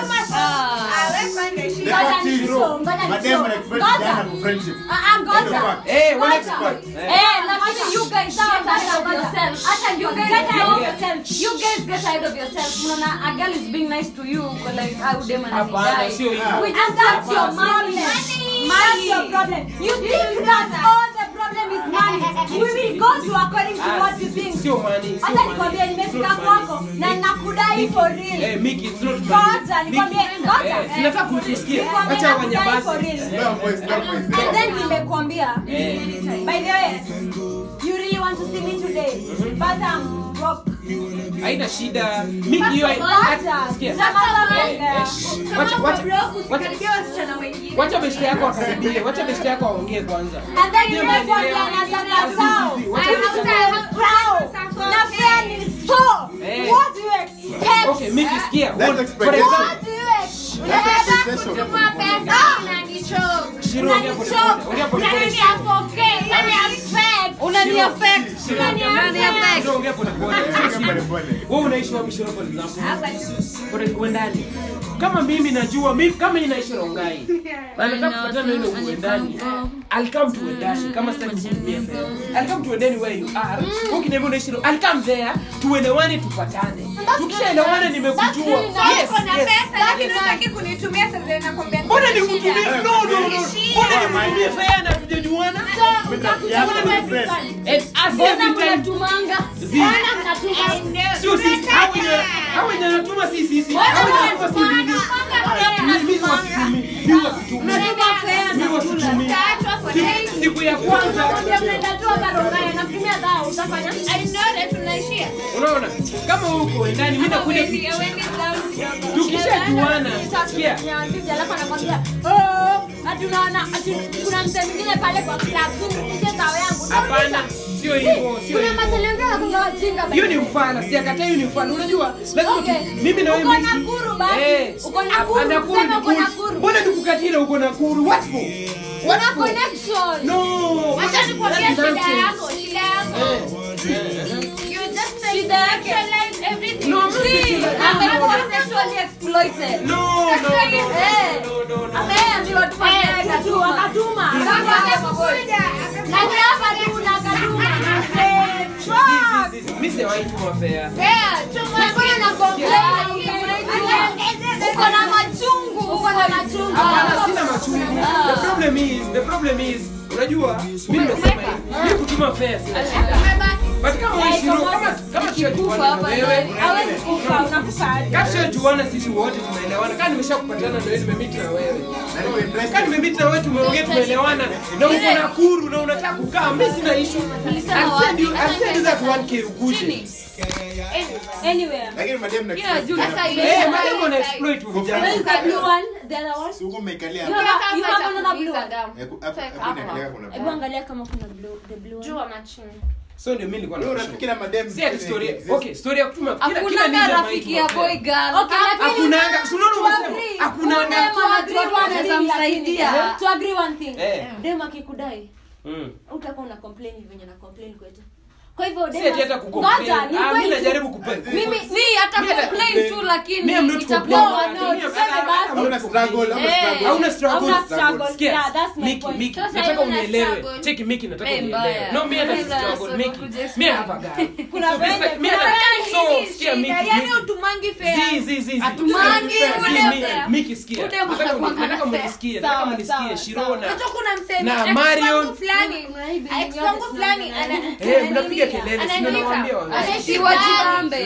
H: Ah,
E: eh wana expert
H: Eh,
E: Hapana, sio hivyo. Ah, sio money, sio
J: hata
E: money.
J: nikwambia
E: It's
J: nimefika
E: not
J: kwako
E: money.
J: na nakudai for real
E: Eh, Miki, it's not
J: Ngoja,
E: money.
J: nikwambie,
E: Miki,
J: ngoja.
E: eh, sinataka kutusikia.
J: Nikwambie
E: Acha
J: nakudai
E: wanyamaze.
J: for real.
E: Eh,
J: And then nimekwambia
E: eh,
J: by the way you really want to see me today but I'm broke
H: talk.
G: haina shida mimi hiyo
H: Matter.
G: sikia. Eh, eh,
H: Zama
G: shh.
H: Kama
G: Wacha- wacha-
H: mablogu
G: wacha-
H: usikaribie wasichana wengine.
G: wacha beshte yako akaribie wacha beshte yako aongee kwanza
H: And then you
G: Ndio
H: make one
G: maendeleo.
H: another zao.
G: Zizi,
H: I
G: wacha
H: am
G: beshte-
H: so proud. Na fair ni so.
G: Eh.
H: What do you expect?
G: Okay, Miki, sikia.
C: That's
G: One-
C: expectation.
G: for example,
H: What do you expect? Unataka kutuma pesa, unanichoka.
G: Shiro, ongea pole pole, ongea pole pole, Shiro.
B: Unani affect. Unani affect.
G: Shiro, ongea pole pole. Wewe unaishi wapi Shiro, for example? Pole- uendani. kama mimi najua mimi kama inaishi rongai nataka kupatana na yule uendani I'll come to Wendani kama sitaki kukutumia fedha. I'll come to Wendani where you are. Wewe ukiniambia unaishi Rongai, I'll come there tuelewane tupatane. Tukishaelewana nimekujua. Yes, yes. Mbona nikutumie? No, no, no. Mbona nikutumie fedha na tujajuana? And as every time Zi- sio sisi Hao wenye- hao wenye wanatuma si sisi Hao wenye wanatuma si mimi. Mimi- mimi wasitumi. Mimi wasitumi. Mimi wasitumi. Siku- siku ya kwanza unaona kama wewe uko ndani mimi nakuja ku- tukishajuana sikia
H: kuna mse mwingine pale kwa klauzao yangu
G: hapana sio hivyo sio
H: kuna
G: hivyo
H: matalengeo ya kuzaa wajinga
G: hiyo ni mfano siakataa hiyo ni mfano unajua lazima tu- mimi na wewe
H: Uko
G: Miki-
H: Nakuru basi.
G: Eh,
H: Uko Nakuru,
G: hapa Nakuru
H: sema
G: ni
H: uko
G: kule.
H: Nakuru.
G: mbona nikukatile uko nakuru what for
H: Una
G: what for
H: connection.
G: no
H: Wacha nikwambie
G: That's
H: shida
G: nonsense.
H: yako, shida yako.
G: Eh, eh, eh.
H: You just sexualize everything.
G: No, I'm not
H: See,
G: sexualizing.
H: amekuwa sexually exploited.
G: No, no, no, no,
H: Eh.
G: no, no, no.
H: Ameambiwa tu baadaye akatuma. Akatuma na hapa tu na akatuma. Eh, fuck.
G: Zizi, zizi, mi sijawahi tuma fare.
H: Eh, na mbona na
G: Eh,
H: complain? Uko na machungu, uko na machungu.
G: Hapana, sina machungu. The problem is, the problem is, unajua mimi nimesema hivi, mimi kutuma fare sina shida. But kama wewe Shiro, kama kama tunajuana na wewe,
H: Hawezi kufa, unakufa aje?
G: kama tunajuana sisi wote tumeelewana, kama nimeshakupatana na wewe nimemiti na wewe. Kama nimemiti na wewe tumeongea tumeelewana, na uko Nakuru na unataka kukaa, mimi sina issue. I'll send you, I'll send you that 1k ukuje.
H: Anywhere.
C: Lakini madam na
B: Yeah, June.
G: Eh, madam wana exploit vijana.
H: You can do one, the other one.
C: Si uko mmekalia
H: You
G: eh,
C: hapo.
H: have- you have another blue one.
C: Hebu- hapo- hapo inaendelea kuna-
H: Hebu angalia kama kuna blue, the blue one.
G: So ndio mimi nilikuwa
C: Wewe
G: na
C: unafikiri madam
G: Si ati story.
C: exist?
G: Okay, story ya kutuma kila kila
B: Hakunanga
G: ninja
B: rafiki ya
G: maiki
B: boy girl.
H: Okay, lakini
G: Hakunanga, si unaona
H: to
G: umesema,
H: agree,
G: hakunanga.
H: kuna to agree
B: Watu
H: one
B: wanaweza
H: thing,
B: msaidia.
H: lakini- to agree one thing.
G: Eh.
H: Dem akikudai,
G: Mm.
H: utakuwa una complain venye na complain kwetu. Kwa hivyo dem
G: Si ati hata
H: as-
G: kucomplain.
H: Ngoja, ni
G: Ah, mimi
H: kweli.
G: najaribu kupe-
B: Mimi si hata complain tu
G: Mimi I'm
B: lakini
G: not
B: itakuwa
G: complaining.
H: no,
G: Mimi I'm-
H: tuseme basi.
G: I'm
C: Hauna
G: not
C: struggle,
G: complaining.
C: hauna
B: Eh.
C: struggle.
G: Hauna struggle.
H: Hauna struggle.
G: Sikia,
H: Yeah, that's my
G: Miki,
H: point.
G: Miki,
H: Sasa
G: nataka
H: hauna
G: unielewe.
H: struggle.
G: Cheki Miki, nataka
B: Eh,
G: unielewe.
B: mbaya.
G: No, mimi hata si
B: Sasa,
G: struggle.
B: so
G: Miki,
B: kuja
G: mimi
B: explain.
G: hapa gari.
H: Kuna
G: So,
H: vende,
G: basi, mimi
H: kuna
G: hata-
H: vende
G: so,
H: hii
G: sikia, Miki,
A: yaani
G: Miki.
A: utumangi
G: Zi,
A: fea
G: zi, zi, zi.
B: Atumangi,
G: Sikia,
B: uende
G: zi, mi-
B: fair.
G: Miki, sikia.
B: Uende
G: Nataka
B: fair.
G: muni- nataka munisikie, nataka
H: Sawa, sawa,
G: munisikie, Shirona.
A: Unajua kuna msemi-
G: Na
A: ex
G: Marion-
A: wangu fulani
G: Ah,
A: ex wangu fulani ana-
G: Eh, mnapiga
A: ananiita,
G: kelele, si ndio
A: ananiita,
G: nawaambia wao.
B: Siwajibambe.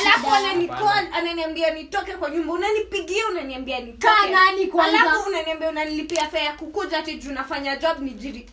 A: alafu ananikonda- ananiambia nitoke kwa nyumba unanipigia unaniambia nitoke.
H: Kaa nani kwanza?
A: alafu unaniambia unanilipia fea ya kukuja ati juu nafanya job nijiri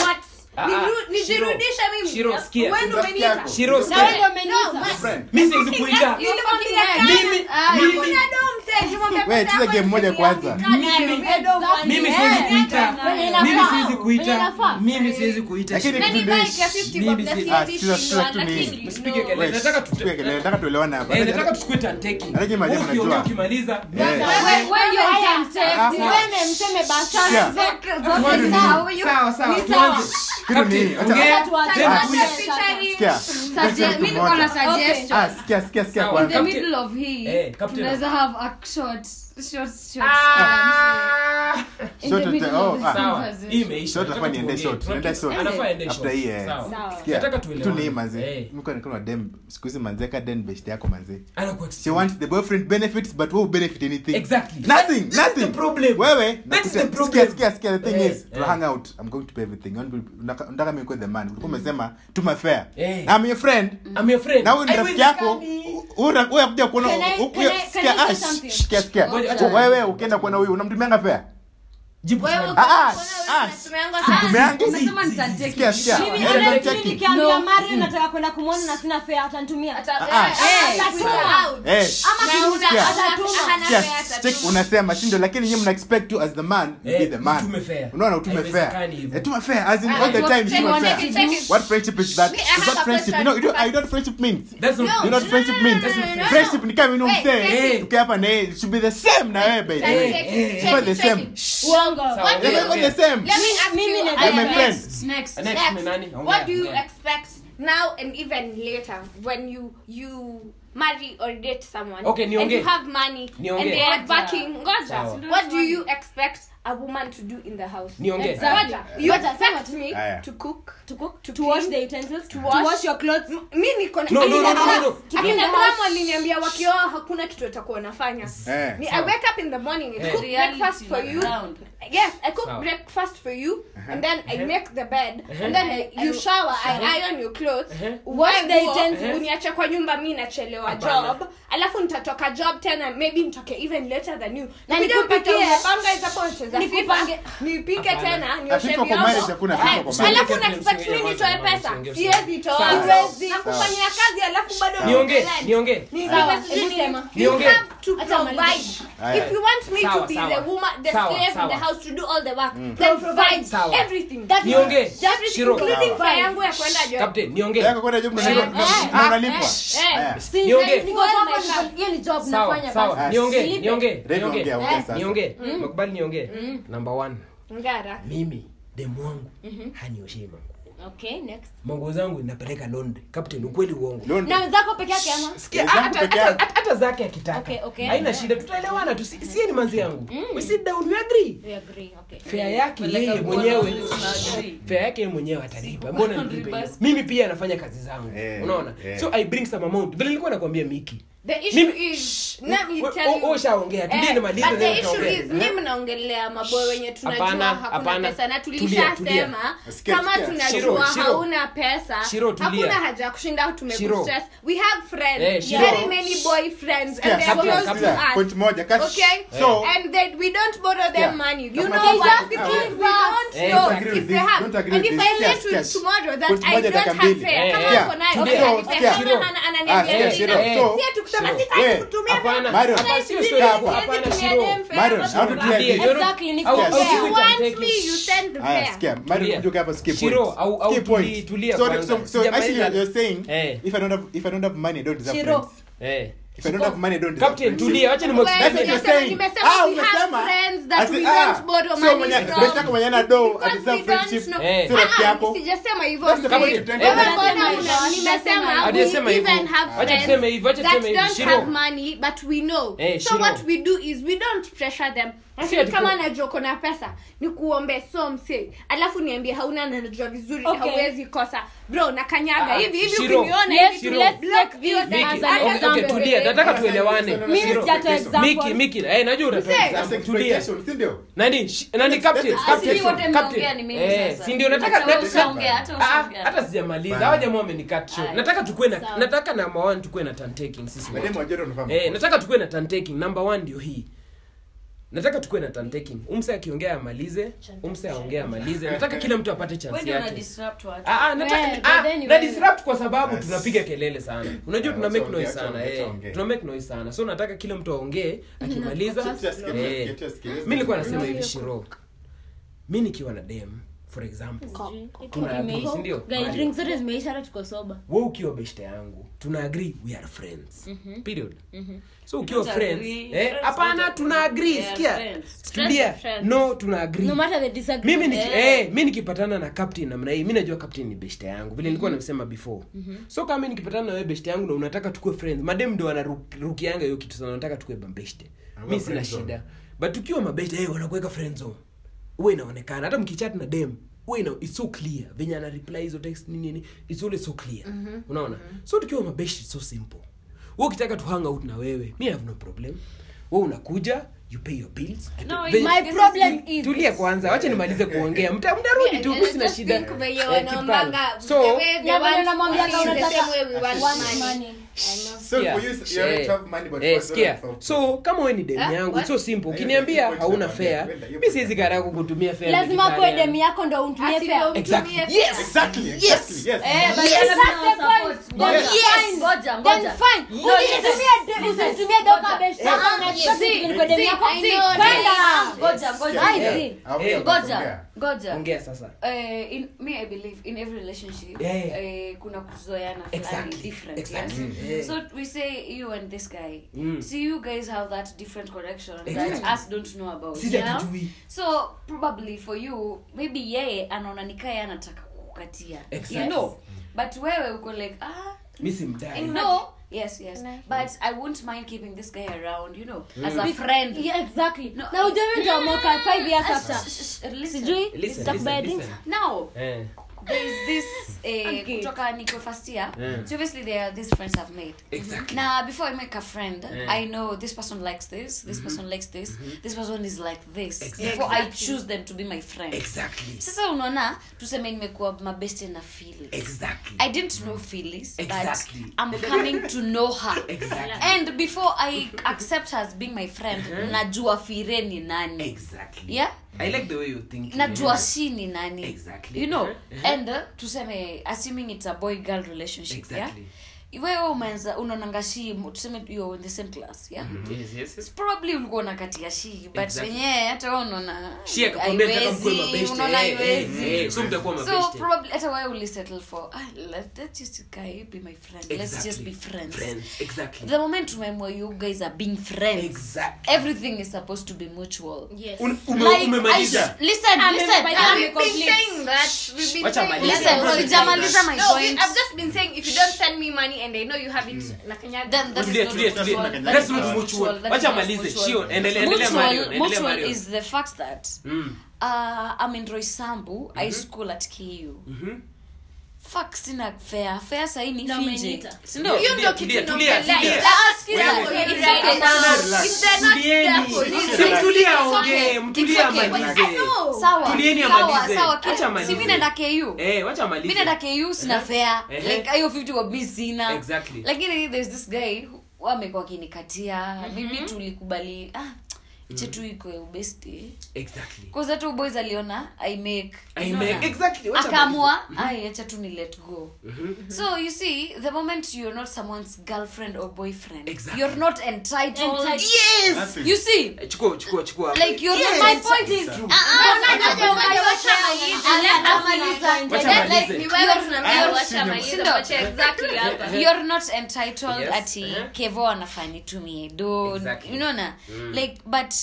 A: what
G: Ah,
A: Niru-
G: ah,
A: nijirudishe
G: Shiro,
A: mimi
G: Shiro, sikia.
A: Wewe ndio
C: Rafiki
A: umeniita.
C: yako.
G: Shiro,
H: Na wewe
G: sikia.
H: ndio umeniita.
C: Friend.
G: Mimi siwezi kuita.
A: Nilimwambia
G: Mimi-
A: kana.
G: mimi-
A: Kuna dom sasa, nimwambia
C: Wewe,
A: pesa
C: cheza
A: yako
C: game moja
A: elfu mbili
C: kwanza.
A: ya vikana,
G: Mimi-
A: niambie dom wani.
G: Mimi
A: Eh,
G: siwezi kuita.
H: Venye
G: Mimi
H: inafaa.
G: siwezi
H: Venye
G: kuita.
H: inafaa.
G: Mimi siwezi kuita.
C: Lakini
A: Nani
C: kitu
A: bike
C: ni-
A: ya 50
G: Mimi
A: kwa
G: si-
A: black
C: ah,
A: TV
C: sio- sio
A: shindwa,
C: tu ni-
A: lakini
G: Msipige
A: no.
G: kelele.
C: Wesh,
G: Nataka tu-
C: tuwe kelele, nataka tuelewane hapa.
G: Eh, nataka tusikue turn taking.
C: Nataka hii madem
G: Wewe ukiongea
C: najua.
G: ukimaliza,
C: Eh.
H: Wewe- wewe ndio
B: Haya.
H: utamtake. Mseme, mseme basi.
C: Sikia.
H: Zote- zote
G: Tuanze.
H: sawa, huyu-
G: Sawa, sawa,
H: ni
G: tuanze.
C: Kitu ni hii, acha-
G: Ongea.
H: Watu wa-
G: Then
H: Ah.
G: tuya-
C: Sikia.
B: Sugge- mimi niko na
H: Okay.
B: suggestion.
C: Ah, sikia, sikia, sikia
G: Sawa.
B: In
C: kwanza.
B: the middle of hii,
G: Eh, captain.
B: tunaweza have a short, short, short. In
C: Short
B: the middle
C: ata- oh,
B: of the
C: ah.
G: Sawa,
B: conversation.
G: hii imeisha.
C: Short,
G: Nataka
C: afanye ende
G: tuongee.
C: short,
G: Tuongee.
C: ende short.
G: Anafaa ende
C: After
G: short.
C: hii, eh.
G: Sawa.
C: Sikia,
G: Nataka
C: kitu ni hii
G: tuelewane.
C: manze.
G: Eh.
C: Mimi kwa nikuwa na dem, siku hizi manze ka den best yako manze.
G: Anaku-
C: She wants the boyfriend benefits but who benefit anything?
G: Exactly.
C: Nothing,
G: That is
C: nothing.
G: the problem.
C: Wewe,
G: That is the
C: nakuta-
G: problem.
C: sikia, sikia, sikia, the thing
G: Eh,
C: is, we'll
G: eh.
C: hang out. I'm going to pay everything. You want to be- unataka- unataka mimi kuwe the man. Ulikuwa umesema tuma fair.
G: Eh.
C: I'm your friend.
K: Mm-hmm.
G: I'm your friend.
C: na huyu ni rafiki yako
G: Haiwezekani.
C: huyu ra- huyu akuja kuona
H: Can I-
C: huyu-
H: can I-
C: sikia,
H: can I say
C: ah, shh,
H: something?
C: shh, sikia, sikia.
G: Ngoja, acha.
C: wewe ukienda kuona huyu unamtumianga fea jibu
B: Wewe
C: swali.
B: uko-
C: Ah,
B: unaona
C: ah,
B: wewe umetumeangwa
C: Tume
B: sana.
C: yangu si-
B: Unasema
C: si-
B: nitateki.
C: sikia, sikia. Yaani,
H: Mimi
C: Wewe
H: hata
C: unataka
H: mimi
C: keki?
H: nikiambia Mario nataka kwenda kumwona na sina fare atanitumia.
B: Ata-
C: Ah,
B: eh,
H: ah.
B: eh,
H: Atatuma.
B: without.
C: Eh,
H: Ama
B: Na una-
H: kinita-
B: ana-
H: atatuma.
B: ana-
C: sikia,
B: ana- ana-
C: check, unasema shindo lakini nyinyi mna expect you as the man
K: Eh,
C: you
G: Eh,
C: be the man unaona utume fair
K: Haiwezekani hivyo.
C: Eh, tume fair as in
B: Ah,
C: all the
B: check,
C: time
B: check,
C: tume
B: check it, check
C: fair
B: it.
C: what friendship is that
B: Me, I
C: is
B: have
C: that
B: a
C: friendship you
B: question.
C: know you know I know what friendship means
K: That's not-
C: you know what
B: No,
C: friendship
B: no, no,
C: means
B: no, no, no, no.
C: friendship ni kama
B: Wait,
C: inomse
B: friendship.
C: tukae hapa na yeye it should be the same na wewe baby
B: Check it,
C: Eh,
B: check it,
C: it's
B: check
C: not
B: it,
C: the
B: check
C: same
B: it.
H: Uongo.
K: Sawa,
B: What do
K: wewe-
C: They're
B: you-
C: not the same
B: Let me ask
H: Mimi
B: you.
H: never-
C: You're my
B: uh,
C: friend.
B: Next.
K: Next,
B: Next.
K: Menani.
J: What do you
K: Yeah.
J: expect now and even later when you you marry or date someone
K: Okay,
J: and
K: niongee.
J: you have money
K: Niongee.
J: and they are backing
K: Sawa.
J: ngoja what do you expect a woman to do in the house
K: Niongee.
J: Exactly. you
H: Ngoja,
J: expect me
C: Aya.
J: to cook
H: To cook, to,
J: To
H: wash
J: clean,
H: the utensils, to
J: wash.
H: wash Mm, your clothes.
J: M- mi niko na-
K: No, no, no, no, no, no.
J: akina
H: No.
J: mama waliniambia wakioa hakuna kitu watakuwa wanafanya
C: Eh,
J: Me, i wake up in the morning i
K: Eh.
J: cook breakfast for you yes i cook
K: Sawa.
J: breakfast for you and then i make the bed
K: Uh-huh.
J: and then I, you shower i iron your clothes
K: Uh-huh.
J: wash
H: the
J: the
H: utensils.
J: utensils uniache kwa nyumba mi nachelewa
K: Hapana.
J: job alafu nitatoka job tena maybe nitoke even later than you
H: Na
J: Nikija
H: nikupikie.
J: upate umepanga hizo poncho za
H: Nikupange-
J: FIFA, nipike
K: Hapana.
J: tena
C: Na
J: nioshe
C: FIFA kwa marriage
J: vyombo
C: hakuna FIFA kwa
K: Eh,
C: marriage
J: alafu una expect me nitoe pesa siwezi toa
K: Sawa.
J: Siwezi. nakufanyia kazi alafu bado
K: Niongee,
J: unaendelea.
K: niongee.
J: Ni-
H: Sawa,
J: sijui
H: hebu
J: ni-
H: sema.
J: you
K: Niongee.
J: have to
H: Acha
J: provide
C: Aye, aye.
J: if you want me
K: Sawa,
J: to be
K: sawa.
J: the woman the
K: Sawa,
J: slave in
K: sawa.
J: the house to do all the work then provide
K: Sawa.
J: everything that
K: Niongee.
J: everything
K: Shiro.
J: including
H: Sawa.
J: fare yangu ya kwenda job
K: Captain, niongee.
C: yako kwenda job unalipwa
H: Eh,
C: na unalipwa
J: eh.
H: Si,
K: Niongee.
H: niko hapa, niko- hiyo ni job nafanya
K: Sawa, sawa.
H: basi.
K: Niongee,
H: Nilipe.
K: niongee,
C: Redio
K: niongee.
C: ongea ongea sasa
K: Niongee. Nakubali niongee. Number one,
J: ngara
K: mimi demu wangu hanioshei mangu
H: Okay, next.
K: manguo zangu napeleka laundry captain ukweli uongo
C: Loan.
H: Na wenzako peke yake ama?
K: Sikia,
C: Wenzangu
K: hata-
C: peke
K: hata-
C: yake.
K: hata- hata zake akitaka
H: Okay, okay.
K: haina shida tutaelewana tu Si- siye ni manzi yangu we sit down we agree
H: We agree, okay.
K: fea yake yeye mwenyewe fea yake yeye mwenyewe atalipa mbona nilipe hiyo? mimi pia anafanya kazi zangu
C: Eh,
K: unaona
C: eh.
K: so i bring some amount vile nilikuwa nakwambia miki
J: the issue
K: Mimi-
J: is let me
K: We-
J: tell
K: we- we
J: you
K: ushaongea
J: Eh,
K: tulie nimalize
J: but
K: then
J: the issue
K: tutaongea.
J: is, mi mnaongelea maboe wenye tunajua
K: Eh? Hapana,
J: hakuna
K: hapana.
J: pesa na
K: Tulia,
J: tulishasema
C: tulia.
J: kama
C: Sikia, sikia.
J: tunajua
K: Shiro, Shiro.
J: hauna pesa
K: Shiro, tulia.
J: hakuna haja ya kushinda
K: Shiro.
J: tumestress we have
K: Eh,
J: friends
K: Shiro.
J: very many boyfriends and
C: Sikia,
J: they're
K: Kaplan,
J: close to
K: Kaplan.
J: us
C: point moja kati
J: okay
C: so
J: and that we don't borrow
C: Yeah.
J: them money you
C: Don't
J: know
C: agree
J: why
C: with
J: because
C: this.
J: we don't
K: Don't
J: know
K: agree
C: with
J: if they
C: this.
J: have
C: Don't
J: and
C: agree with
J: if
C: this.
J: I
C: Yes,
J: left with
C: yes.
J: tomorrow that
C: Point
J: I
C: moja
J: don't
C: dakika
J: have
C: mbili.
J: fare kama
K: Yeah.
J: uko nayo
C: Tulia,
J: and if
C: sikia.
J: I
K: Shiro.
J: kama ana-
C: Ah, sikia,
J: ananiambia
K: Eh,
C: Shiro.
J: sina
K: eh.
C: So,
J: Sio tukisema
K: Shiro.
J: sitaki
C: We.
J: kutumia
K: hapana
C: Mariam.
K: hapa sio
J: Siwezi
K: story yako
J: siwezi
K: eh." hapana
J: tumia
K: shiro
J: them fare.
C: Mariam, how to
K: Tulia,
C: clear
K: you're not-
H: Exactly,
K: au-
C: Yes.
K: au
J: If
K: siku
J: you want
K: itamtake.
J: me, you send the
C: Aya,
J: fare.
C: sikia, Mario,
K: Tulia.
C: kuja hapa sikia
K: Shiro,
C: point.
K: au- au
C: Sikia
K: tuli-
C: point.
K: tulia
C: So-
K: kwanza.
C: so- so actually
K: Sijamaliza.
C: you're saying,
K: Eh.
C: if I don't have- if I don't have money, I don't deserve
H: Shiro.
C: friends.
K: eh
C: If I don't have money, I don't deserve
K: captain
C: friends.
K: tulia acha
J: Well,
C: That's what
K: nimwexplain
C: you're
J: nimesema-
C: saying.
J: nimesema
C: Ah,
J: we have
C: umesema.
J: friends that
C: Asi-
J: we
C: ah,
J: don't borrow
C: so
J: money
C: mwenye-
J: from.
C: best yako mwenye ana do,
J: Because
C: deserve
J: we
C: friendship,
J: don't know.
K: Eh.
C: si rafiki
J: Ah,
C: yako.
J: sijasema hivyo
C: That's the
J: Fred.
C: point.
J: Wewe
C: Hapana,
J: mbona
H: hapana.
J: una- nimesema we
K: Hajasema hivyo.
J: even have
K: Wacha
J: friends
K: tuseme hivyo, wacha
J: that
K: tuseme hivyo.
J: don't
K: Shiro.
J: have money, but we know.
K: Eh,
J: So
K: Shiro.
J: what we do is we don't pressure them. Lakini
K: ati
J: kama
K: ku-
J: najua uko na pesa nikuombe so msee alafu niambie hauna na najua vizuri
H: Okay.
J: hauwezi kosa bro nakanyaga
K: Ah,
J: hivi hivi
K: Shiro.
J: ukiniona
H: Yes,
J: hivi,
K: Shiro.
J: block
H: Let's take
J: hiyo
H: this
J: data.
H: as an
J: Hata
K: Okay, okay,
H: example.
K: tulia nataka tuelewane
C: Mimi
H: Mimi
K: Shiro.
H: sijatoa example.
K: miki miki eh najua unatoa
J: Mzee.
K: example.
C: That's
K: tulia
C: expectation, si ndio?
K: nani shi- nani captain
C: that's-
K: captain
C: sisi wote
K: captain.
B: mnaongea ni mimi
K: Eh,
B: sasa.
K: si ndio nataka
B: Hata
K: nat-
B: ushaongea, hata
K: Ah,
B: ushaongea.
K: hata sijamaliza hawa jamaa wamenikat short nataka tukue na
H: Sawa.
K: nataka na mawan tukue na turn taking sisi wote.
C: Mademu wajua tunafahamu.
K: eh nataka tukue na turn taking number 1 ndio hii nataka tukue na turn taking umse akiongea amalize umse aongea amalize nataka kila mtu apate chance yake Ah, ah, nataka-
H: Wewe,
K: ah,
H: then
K: na
H: wewe.
K: disrupt kwa sababu
C: Yes.
K: tunapiga kelele sana unajua
C: Yeah,
K: tuna make
C: wacha
K: noise
C: ongea,
K: sana
C: wacha
K: eh.
C: ongea.
K: tuna make noise sana so nataka kila mtu aongee akimaliza
C: Tusikia, sikia,
K: eh.
C: tusikia, tusikia.
K: mi nilikuwa nasema hivi shiro mi nikiwa na dem for example tuna agree si ndio?
H: Guy,
K: Mario.
H: drinks zote zimeisha hata tuko sober.
K: we ukiwa beshte yangu tuna agree we are friends
H: Mhm.
K: period so ukiwa
B: Don't agree.
K: friends eh,
B: Friends
K: hapana
B: don't
K: tuna agree
B: Yeah,
K: sikia
B: friends.
K: tulia no tuna agree
H: No matter the disagreement.
K: mimi niki, eh, mi nikipatana na captain namna hii mi najua captain ni beshte yangu
L: Mhm.
K: vile nilikuwa namsema before so kama mi nikipatana na wewe beshte yangu na unataka tukue friends madem ndo wanarukianga hiyo kitu sana nataka tukue mabeshte mi sina
C: friend zone.
K: shida but tukiwa mabeshte eh, wanakuweka friend zone huwa inaonekana hata mkichat na dem huwa ina- it's so clear venye ana reply hizo text nini nini it's always so clear
L: Mhm.
K: unaona so tukiwa mabeshte it's so simple wewe ukitaka to hang out na wewe mi have no problem wewe unakuja
G: you pay your bills I
L: No,
G: pay-
L: it's-
G: Then-
L: My problem is-
G: tulia kwanza wacha nimalize kuongea Mta- mtarudi tu kusina shida Eh, kipala. so
C: So for you, you already
G: Eh,
C: have money, but
G: eh,
C: for us,
G: sikia.
C: we don't have-
G: so kama we ni demu
H: Eh,
G: yangu
H: what?
G: so simple
C: Eh,
G: ukiniambia
C: eh,
G: hauna
C: eh,
G: fea
C: eh, eh,
G: mi siwezi karaa kukutumia fea
H: lazima
G: nikipale
H: kuwe
G: yangu.
H: demu yako ndo umtumie fea
G: Exactly. Yes.
C: Exactly.
G: Yes.
C: Yes.
H: Eh, but that's
G: Yes.
H: the
G: Yes.
H: point. Ngoja, fine. Then fine. Usinitumie de- usinitumie doka best.
G: Eh,
H: Ah, na
K: yes.
H: sasa hivi niko demu
K: See,
H: yako.
K: I
H: See,
K: know this.
H: kwenda.
K: Ngoja, ngoja.
H: I
G: Eh,
H: see.
G: eh,
K: ngoja ngoja
G: ongea sasa
K: Eh, in, me i believe in every relationship
G: Yeah.
K: eh, kuna kuzoeana fulani
G: Exactly.
K: different
G: Exactly.
K: yes?
G: Mm. Yeah.
K: so we say you and this guy
G: Mm.
K: so you guys have that different connection
G: Exactly.
K: that us don't know about
G: Sisi
K: you know?
G: hatujui.
K: so probably for you maybe yeye anaona nikaye anataka kukatia
G: Exactly.
K: you know but wewe uko like ah
G: mi si mdai.
K: no yes yes but i won't mind keeping this guy around you know
G: Mm.
K: as a
H: Bec-
K: friend
H: Yeah, exactly.
K: No.
H: Na ujue utaomoka five years
K: Ah,
H: after.
K: sh- sh- sh- listen.
H: Sijui
G: Listen,
H: nitakubaya
G: listen,
H: drinks.
K: now
G: Eh.
K: there is this eh, kutoka niko first year
G: Yeah.
K: so obviously there are these friends i've made Mhm.
G: Exactly.
K: now before i make a friend
G: Yeah. Mm-hmm.
K: i know this person likes this this person likes this this person is like this
G: Exactly.
K: before i choose them to be my friend
G: Exactly.
K: sasa unaona tuseme nimekuwa mabeste na Phyllis.
G: Exactly.
K: I didn't know Phyllis,
G: Exactly.
K: but I'm coming to know her.
G: Exactly.
K: And before I accept her as being my friend, najua Fire ni nani.
G: Exactly.
K: Yeah?
G: I like the way you think.
K: najua si ni nani
G: Exactly.
K: you know
G: Mhm.
K: and uh, tuseme assuming it's a boy girl relationship
G: Exactly.
K: yeah? wewe umeanza unaonanga shi tuseme you're in the same class yeah
G: Mhm. Yes, yes, yes.
K: probably ulikuwa unakatia shi but
G: Exactly.
K: wenyewe hata wewe unaona
G: She akakwambia nataka mkuwe
K: haiwezi,
G: mabeste.
K: unaona
G: Eh, eh,
K: haiwezi
G: eh, So mtakuwa
K: so
G: mabeste.
K: probably hata wewe ulisettle for ah, let, let this guy be my friend let's just be friends
G: Friends. Exactly.
K: the moment umeamua you guys are being friends
G: Exactly.
K: everything is supposed to be mutual
G: Un- ume-
K: Like, I
G: umemaliza.
K: sh- listen, listen, I'm
G: Wacha maliza.
K: Listen, sijamaliza my point. Then that
G: Tulia,
K: is
G: tulia,
K: not
G: tulia.
K: mutual. That
G: Let's
K: is
G: not mutual.
K: That
G: Wacha
K: is not
G: malize.
K: mutual.
G: Shio, endelea, endelea,
K: Mutual-
G: Mario, endelea,
K: mutual
G: Mario.
K: is the fact that
G: Mm.
K: uh, I'm in
G: Mhm.
K: Roysambu, I school at KU. Fuck, sina fare. Fare sahi ni
H: Na
K: Fiji.
H: umenita.
K: Si ndio? Ah,
G: Hiyo ndio kitu tulia, tulia. Simtulia ongee, mtulia amalize.
K: Sawa,
G: Tulieni
K: sawa,
G: amalize.
K: sawa,
G: Acha
K: si
G: amalize.
K: mimi naenda KU.
G: Eh, wacha amalize.
K: mi naenda ku sina fea
G: Ehe.
K: like hiyo 50 kwa mi sina
G: Exactly.
K: lakini there's this guy who- amekuwa akinikatia
G: Mhm.
K: mimi tulikubali ah, chetu iko ya ubesti
G: Mm. Exactly.
K: bcause hata boys aliona i make
G: I
K: unaona?
G: make- exactly, wacha
K: akaamua ai acha tu ni let go
G: Mm-hmm.
K: so you see the moment you're not someone's girlfriend or boyfriend
G: Exactly.
K: you're not entitled,
H: Entitled.
K: yes you see
G: Eh, Chukua, chukua, chukua.
K: like you're
H: Yes.
K: not
H: My point is- Ah,
K: Ah, ah,
H: ngoja, ngoja, ngoja, wacha malize.
G: Wacha
K: Amaliza.
G: malize.
K: Like, you're not entitled
G: Yes,
K: ati
G: uh-huh.
K: kevo anafani tumie do
G: Exactly. Mm.
K: unaona like but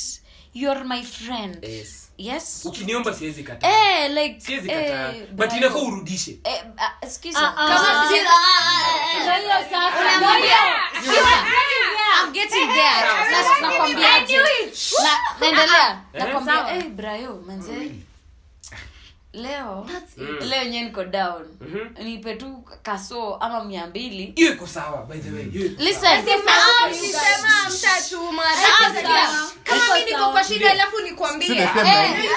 K: you're my friend
G: Yes.
K: yes
G: Ukiniomba siwezi kataa.
K: eh like
G: Siwezi kataa.
K: eh,
G: But
K: Brian.
G: inafaa urudishe.
K: eh, ah, excuse
H: Ah,
K: me.
H: ah,
K: Kama
H: ah,
K: si-
H: ah,
K: ah,
H: Ndio
K: ah,
H: hiyo sasa.
K: I'm getting there. Sasa nakwambiaje? Na- naendelea nakwambia Ah. eh brayo manze leo leo nyewe niko down nipe tu kaso ama mia mbili
G: Hiyo iko sawa by the way. Hiyo iko sawa.
K: Listen,
H: Iko
E: kama mi niko
H: sawa.
E: kwa shida alafu nikwambie
C: Tunasema hivi.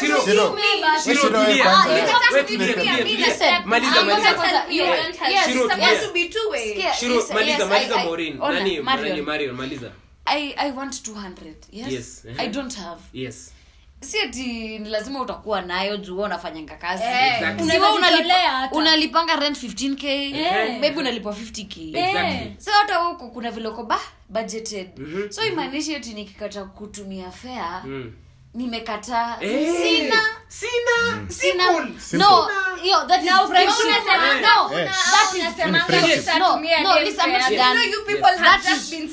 C: Shiro,
G: Shiro,
C: wewe
G: tulia.
C: kwanza.
G: Ah,
C: Wewe tulia,
G: wewe tulia,
C: tulia.
G: tulia.
K: Listen,
G: Maliza,
K: I'm
G: maliza.
K: not a- you
G: Yeah.
K: want her. Yes,
G: Shiro,
K: I'm
G: tulia.
K: not a- Sikia,
G: Shiro,
K: listen,
G: maliza,
K: yes,
G: maliza
K: I- I-
G: Maureen.
K: ona,
G: Nani,
K: Marion.
G: nani, Marion, maliza.
K: I- I want 200, yes?
G: Yes, eh.
K: I don't have.
G: Yes.
K: si ati ni lazima utakuwa nayo juu wewe unafanyanga kazi
G: Exactly.
K: Si wewe
H: Unaweza
K: unalipa-
H: jitolea hata.
K: unalipanga rent 15k
G: Eh.
K: maybe unalipwa 50k
G: Exactly.
K: so hata huku kuna viloko ba budgeted
G: Mhm.
K: so imaanishi ati nikikata kutumia fea
G: Mm.
K: nimekataa
G: Eh.
K: sina
G: Sina.
K: sina
C: Mm. Simple.
K: no hiyo that is friendship.
H: unasema-
K: No,
C: Eh.
K: that is- No, no, listen, I'm not done.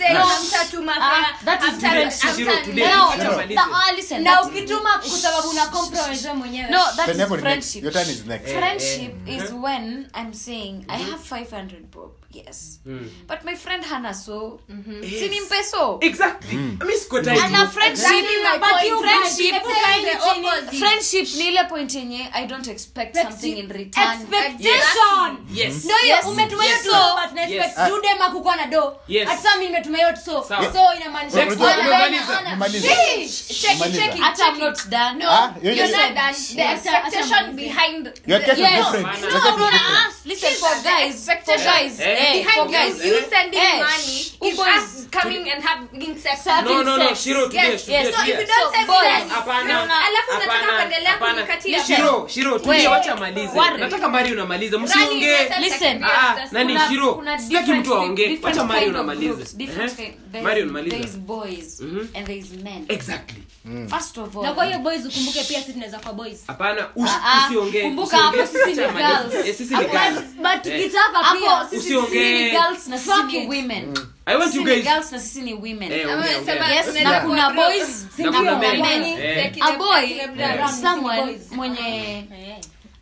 K: Ah, that is friendship.
G: Shiro, tulia.
K: No,
G: Wacha
K: no,
G: amalize.
K: no, ah, listen,
H: na
K: that-
H: ukituma kwa sababu una compromise wewe mwenyewe
K: no, that
C: Then
K: is
C: everybody-
K: friendship. eh.
C: Your turn is next.
K: friendship is when i'm saying i have 500 bob
B: yes
K: Mm-hmm. Mm.
B: but my friend hana so
K: Yes.
B: sinimpe so
K: Exactly. Mi siko tayari.
B: ana friendship
K: Lakini
B: but you
K: my
B: friendship
K: friendship-
B: friendship ni ile point yenye i don't expect something in return
H: Expectation.
K: Yes.
H: Ndio hiyo,
B: Yes.
H: umetumia hiyo
B: Yes.
H: tu, but na expect
C: Yes.
H: you dem akukuwa na do.
C: Yes.
H: Hata mimi nimetumia hiyo tu so.
C: Sawa.
H: So inamaanisha
C: Next
H: kuwa
C: one,
H: na-
C: umemaliza,
H: ana-
C: umemaliza.
H: Shh,
C: Shh,
H: check it,
C: umemaliza.
H: check it,
B: Hata
H: check
B: I'm
H: it.
B: not done.
H: No,
C: Ah, you're
H: you're
C: just-
H: not done. The
B: Yes.
H: expectation behind
C: Your
H: the-
C: case is
H: Yes.
C: different.
H: No,
C: Your case is
H: no, no,
C: different.
H: no.
B: Listen, for guys, for
J: expectation.
B: guys,
J: Eh?
B: eh,
J: Behind
B: for
J: you,
B: guys,
J: you sending
B: eh,
J: money
B: shh,
J: is
B: who boys?
J: us coming and having sex.
B: No, no, no,
J: Sex.
K: Oh, Shiro, tulia,
J: Yes,
K: tulia,
J: yes. So
K: tulia.
J: if you don't
B: So,
J: send
B: boys.
J: yes,
K: Hapana,
J: no, no. Alafu
K: hapana,
J: unataka kuendelea
K: hapana.
J: kunikatia.
K: Shiro, Shiro, tulia,
B: Wait.
K: wacha amalize.
B: Worry.
K: Nataka Mario unamaliza.
B: Rani,
K: Msiongee.
B: listen, listen.
K: Ah, ah, nani
B: Kuna-
K: Shiro?
B: kuna
K: Sitaki
B: different-
K: mtu aongee.
B: different
K: Wacha Mario
B: kind of groups,
K: unamaliza.
B: different
K: Ehe.
B: kind- there-
K: Mario
B: there is
K: unamaliza.
B: boys
K: Eh? Mhm.
B: and there is men.
K: Exactly.
B: First of all-
H: Na kwa hiyo boys ukumbuke pia sisi tunaweza kwa boys.
K: Hapana, usi-
B: Ah, ah,
K: usiongee.
B: kumbuka
K: usiongee.
B: hapo sisi ni
K: Wacha amalize.
B: girls.
K: Eh, sisi ni
B: Hapo-
K: girls.
H: But
K: Eh.
H: tukitaka
B: Hapo
H: pia
B: sisi- sisi
K: Usiongee. Mm.
B: ni girls na sisi
H: Fuck
B: ni
H: it.
B: women.
K: I want
B: Sisi
K: you
B: ni
K: guys-
B: girls na sisi ni women.
K: Eh, ongea,
J: Yes,
K: ongea.
B: na
J: Yeah.
B: kuna boys
K: Na kuna men. Eh.
B: a boy
K: Yeah.
B: is someone mwenye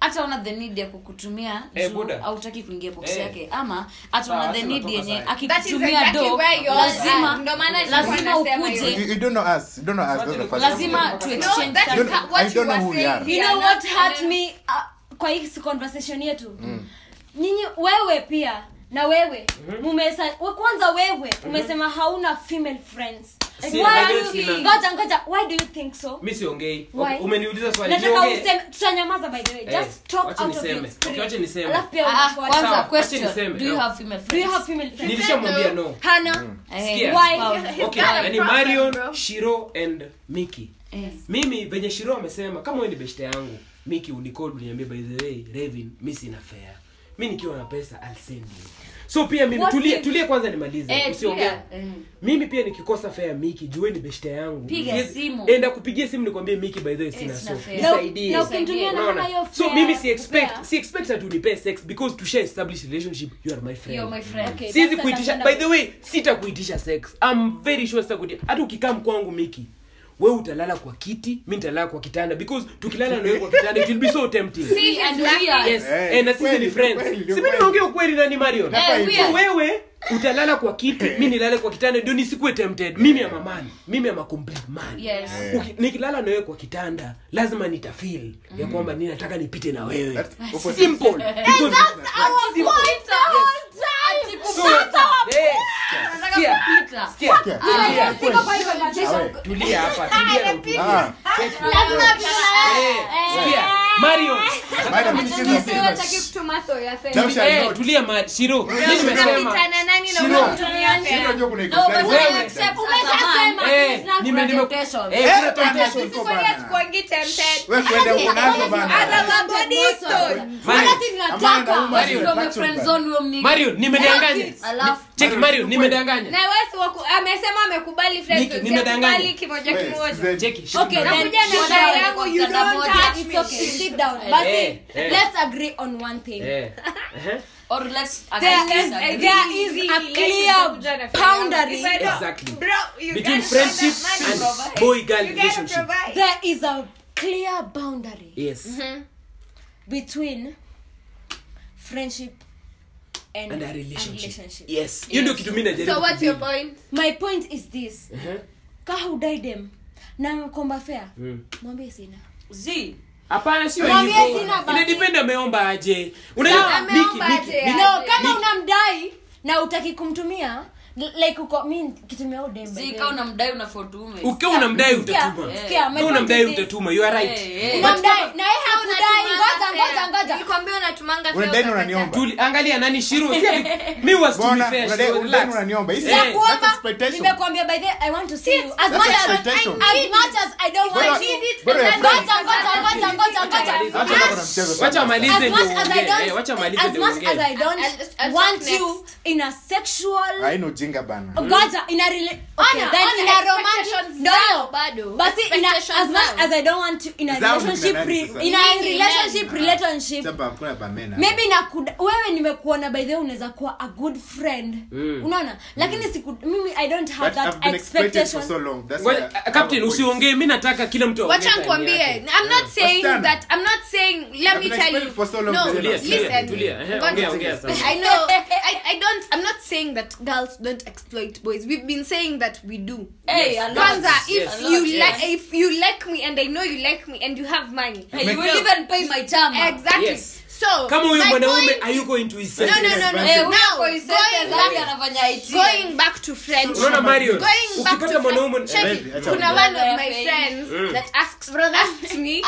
B: hata una the need ya kukutumia
K: Eh,
B: juu
K: Buddha.
B: hautaki kuingia box
K: Eh.
B: yake ama hata
K: Sawa,
B: una
K: si
B: the need
K: natoka
B: yenye
K: sahi.
J: That is
B: akikutumia
J: exactly
B: do
J: where you are. eh?
B: lazima
J: Ndio maana nilikuwa
B: lazima
J: nasema
B: ukuje
C: You, you don't know us. You don't know us. That's the first
B: lazima
C: thing.
B: to
J: No,
B: exchange
J: that
C: You
J: is
C: don't-
J: ha-
C: I
J: what you
C: don't know
J: are
C: who we are.
J: saying.
H: you know
J: Yeah,
H: what
J: not-
H: hurt me uh, kwa hii si conversation yetu mm. nyinyi wewe pia na wewe
K: Mhm.
H: mumesa we- kwanza wewe umesema hauna female friends
K: Si,
H: Why are
K: najua
H: you-
K: sina.
H: ngoja ngoja why do you think so
K: Mi siongei.
H: Why?
K: Umeniuliza swali.
H: nataka
K: niongee.
H: useme tutanyamaza by the way
K: Eh,
H: just talk
K: wacha
H: out of
K: niseme.
H: your
K: Okay, wacha
H: spirit
K: niseme.
H: alafu pia
B: Ah,
H: unafuata.
B: kwanza
K: Sawa,
B: question
K: acha niseme,
B: do you
K: no.
B: have female
H: do you
B: friends
H: have female friends
K: Nilishamwambia no. Mm.
H: hana
B: Eh,
K: Sikia.
B: why?
H: Wow.
K: Okay,
J: got a problem,
K: yani Yaani Marion,
J: bro.
K: Shiro and Miki.
B: Eh.
K: Mimi venye Shiro amesema kama wewe ni beshte yangu, Miki unicode uniambie by the way, Revin, mimi sina fare. Mimi nikiwa na pesa I'll send you. So pia mimi
H: What
K: tulie
H: if-
K: tulie kwanza nimalize.
B: Eh,
K: Usiongee.
B: pia, eh.
K: Mimi pia nikikosa fare Miki, jue ni beshte yangu.
B: Piga
K: Siwezi-
B: simu. Eh,
K: Enda kupigia simu nikwambie Miki by the way sina
B: sina
K: so.
B: fare.
H: Na-
K: Nisaidie.
H: na ukimtumia na hana
K: Unaona?
H: hiyo
K: So
H: fare-
K: mimi si expect
H: fare.
K: si expect ati unipee sex because tusha establish relationship you are my friend.
B: You're my friend.
H: Okay,
K: siwezi
H: that's
K: kuitisha by the
H: understandable.
K: way sitakuitisha sex I'm very sure sitakuitisha hata ukikaa kwangu miki wewe utalala kwa kiti mi nitalala kwa kitanda because tukilala na wewe kwa kitanda it will be so tempting
B: See, and we are-
K: yes
C: Eh,
K: eh, na sisi
C: kweli,
K: ni friends
C: kweli,
K: si mimi
C: kweli.
K: naongea ukweli nani Marion
B: Eh,
C: Nafaa hivyo.
B: we are-
K: So wewe utalala kwa kiti mi nilale kwa kitanda ndio nisikuwe tempted mimi ama man mimi ama complete man
B: Yes.
K: Uki- nikilala na wewe kwa kitanda lazima nitafeel ya kwamba ninataka nipite na wewe
C: That's opposite.
K: simple Because- simple. So- Eh, sikia,
B: Peter.
K: sikia.
C: Yeah.
K: Tulia.
H: Siko kwa hivyo
C: Awe.
K: tulia hapa tulia na utulie.
C: Ah,
K: Eh, sikia. Marion.
C: madam, this is not
J: Sio
C: business.
J: hataki kutuma so ya fare.
C: Now shall
K: Eh,
C: not.
K: tulia ma- Shiro. Mimi nimesema.
J: Unapitana nani na
C: Shiro.
J: unamtumia
C: Shiro,
J: fare?
C: unajua kuna
B: No, but
C: exercise.
B: I accept as a man.
K: Eh, nime- nime-
B: temptation.
K: Eh, kuna
C: Eh,
K: temptation.
C: temptation
J: Sisi
C: kwa
J: wenyewe
C: bana.
J: hatukuangi tempted.
C: Wewe kwenda uko nazo
J: Other
C: bana.
J: than body stone.
K: Marion,
J: Yaani
B: Ndio umefriendzone huyo mnini.
K: Marion, nimedanganya.
B: Alafu-
K: Cheki Marion, nimedanganya.
J: Na wewe si waku- amesema amekubali friends,
K: Niki-
J: si
K: nimedanganya.
J: akubali kimoja kimoja.
K: Cheki, Shiro.
H: Okay,
J: Na
H: then
J: kuja na
H: sit
J: shida
H: down.
J: yangu, you
H: Mtanda
J: don't
H: moja,
J: touch
H: it's
J: me.
H: okay, sit down. Basi,
K: Eh, eh.
H: let's agree on one thing.
K: Eh, eh,
B: Or let's
J: There
B: agree,
J: is-
B: disagree.
J: there is
H: Easy,
J: a
H: like
J: clear
H: kuja na fare yangu.
J: boundary.
H: If I
K: Exactly.
J: Bro, you
K: Between
J: gotta
K: friendship
J: provide.
K: and
J: Provide.
K: boy-girl
J: You gotta
K: relationship.
J: provide.
H: There is a clear boundary
K: Yes.
H: between friendship and,
K: And a
H: and
K: relationship.
H: relationship.
K: Yes. Hiyo ndio kitu mimi najaribu.
J: So what's your
K: kubuild.
J: point?
H: My point is this.
J: Uh-huh.
K: Ehe.
H: Ka hudai dem na mkomba fair.
J: Hmm.
K: Mm.
H: Mwambie sina.
B: Z.
K: Hapana sio
H: Mwambie
K: hivyo.
H: sina basi.
K: Ina depend ameomba aje. Unajua
J: Sawa,
K: Miki,
J: ameomba
K: Miki,
J: aje,
K: Miki.
H: No, kama unamdai na utaki kumtumia l- like uko mimi kitumia udem. by
B: Z,
H: the
B: kama
H: way.
B: unamdai una for two women.
K: Ukiwa unamdai
H: Sikia,
K: utatuma.
J: Eh.
H: sikia, my point
K: Ukiwa unamdai
H: is this.
K: utatuma. You are right.
B: Eh, eh.
H: Unamdai na yeye hakudai.
J: Unatumanga
H: Ngoja
J: fare.
H: ngoja ngoja.
J: Nilikwambia unatumanga fare
C: Unadai na
J: ukakataa.
C: unaniomba.
K: Tuli, angalia nani Shiro. Sikia, mi was to be
C: Bona,
K: fair.
C: unadai-
K: Shiro,
C: unadai
K: relax.
C: unaniomba. Hii si-
K: Eh.
C: that's
H: Kuomba,
C: expectation.
H: nimekuambia by the way, I want to see you. As
C: That's
H: much as,
C: expectation.
H: as much as I don't
C: Bora-
H: want you.
C: bora ya
H: Ngoja,
C: friend.
H: ngoja, ngoja, ngoja, ngoja.
C: Acha na kuna mchezo sana.
K: Wacha amalize
H: As
K: ndio
H: much as I
K: uongee.
H: don't,
K: Eh, wacha amalize
H: as
K: ndio
H: much
K: uongee.
H: as I don't
J: I'll- I'll
H: want
J: talk
H: you in a sexual
C: Haina ujinga bana.
H: Goja, in a rela- okay,
J: Ana-
H: then
J: ana
H: in a romantic
J: expectations
H: no,
J: zao
H: no.
J: bado.
H: Basi in a, as
J: Expectations
H: much
J: zao.
H: as I don't want to in a
C: Zao ni
H: relationship
C: kina nani
H: re-
C: sasa?
H: in a relationship relationship
C: Chapa, kuna bana. men are-
H: maybe nakuda wewe nimekuona by the way unaweza kuwa a good friend
K: Hmm.
C: Mm.
H: unaona lakini siku mimi i don't have
C: But I've
H: that
C: been expected for
H: expectation
C: so long. That's
K: Ngoja,
C: why I-
K: uh, captain usiongee mi nataka kila mtu aongee
J: wacha
K: time
J: nkwambie
K: yake.
J: i'm not saying
K: Wasichana.
J: that i'm not saying let
K: I've
J: me
K: been
J: tell
K: explaining
J: you
K: for so long,
J: no
K: Daniela. Tulia, tulia,
J: listen
K: tulia. Ehe,
J: God-
K: ongea, ongea sasa.
J: i know I, i don't i'm not saying that girls don't exploit boys we've been saying that we do
B: Hey, a lot.
J: kwanza if
B: Yes.
J: you
B: A lot, yes.
J: like if you like me and i know you like me and you have money
B: Hey, you will even pay my tama.
J: exactly
K: Yes.
J: so
K: kama huyu
J: my
K: mwanaume
J: point-
K: hayuko into his
J: no, no,
K: senses.
J: no, no.
K: Basi.
J: Now, going back- going back to friends.
K: Unaona Marion,
J: Going back
K: ukipata
J: to
K: mwanaume-
J: friends. Check
K: Baby,
J: it.
K: acha
J: Kuna
K: ongea.
J: one of my
B: Mm.
J: friends
K: Mm.
J: that asked, asked me,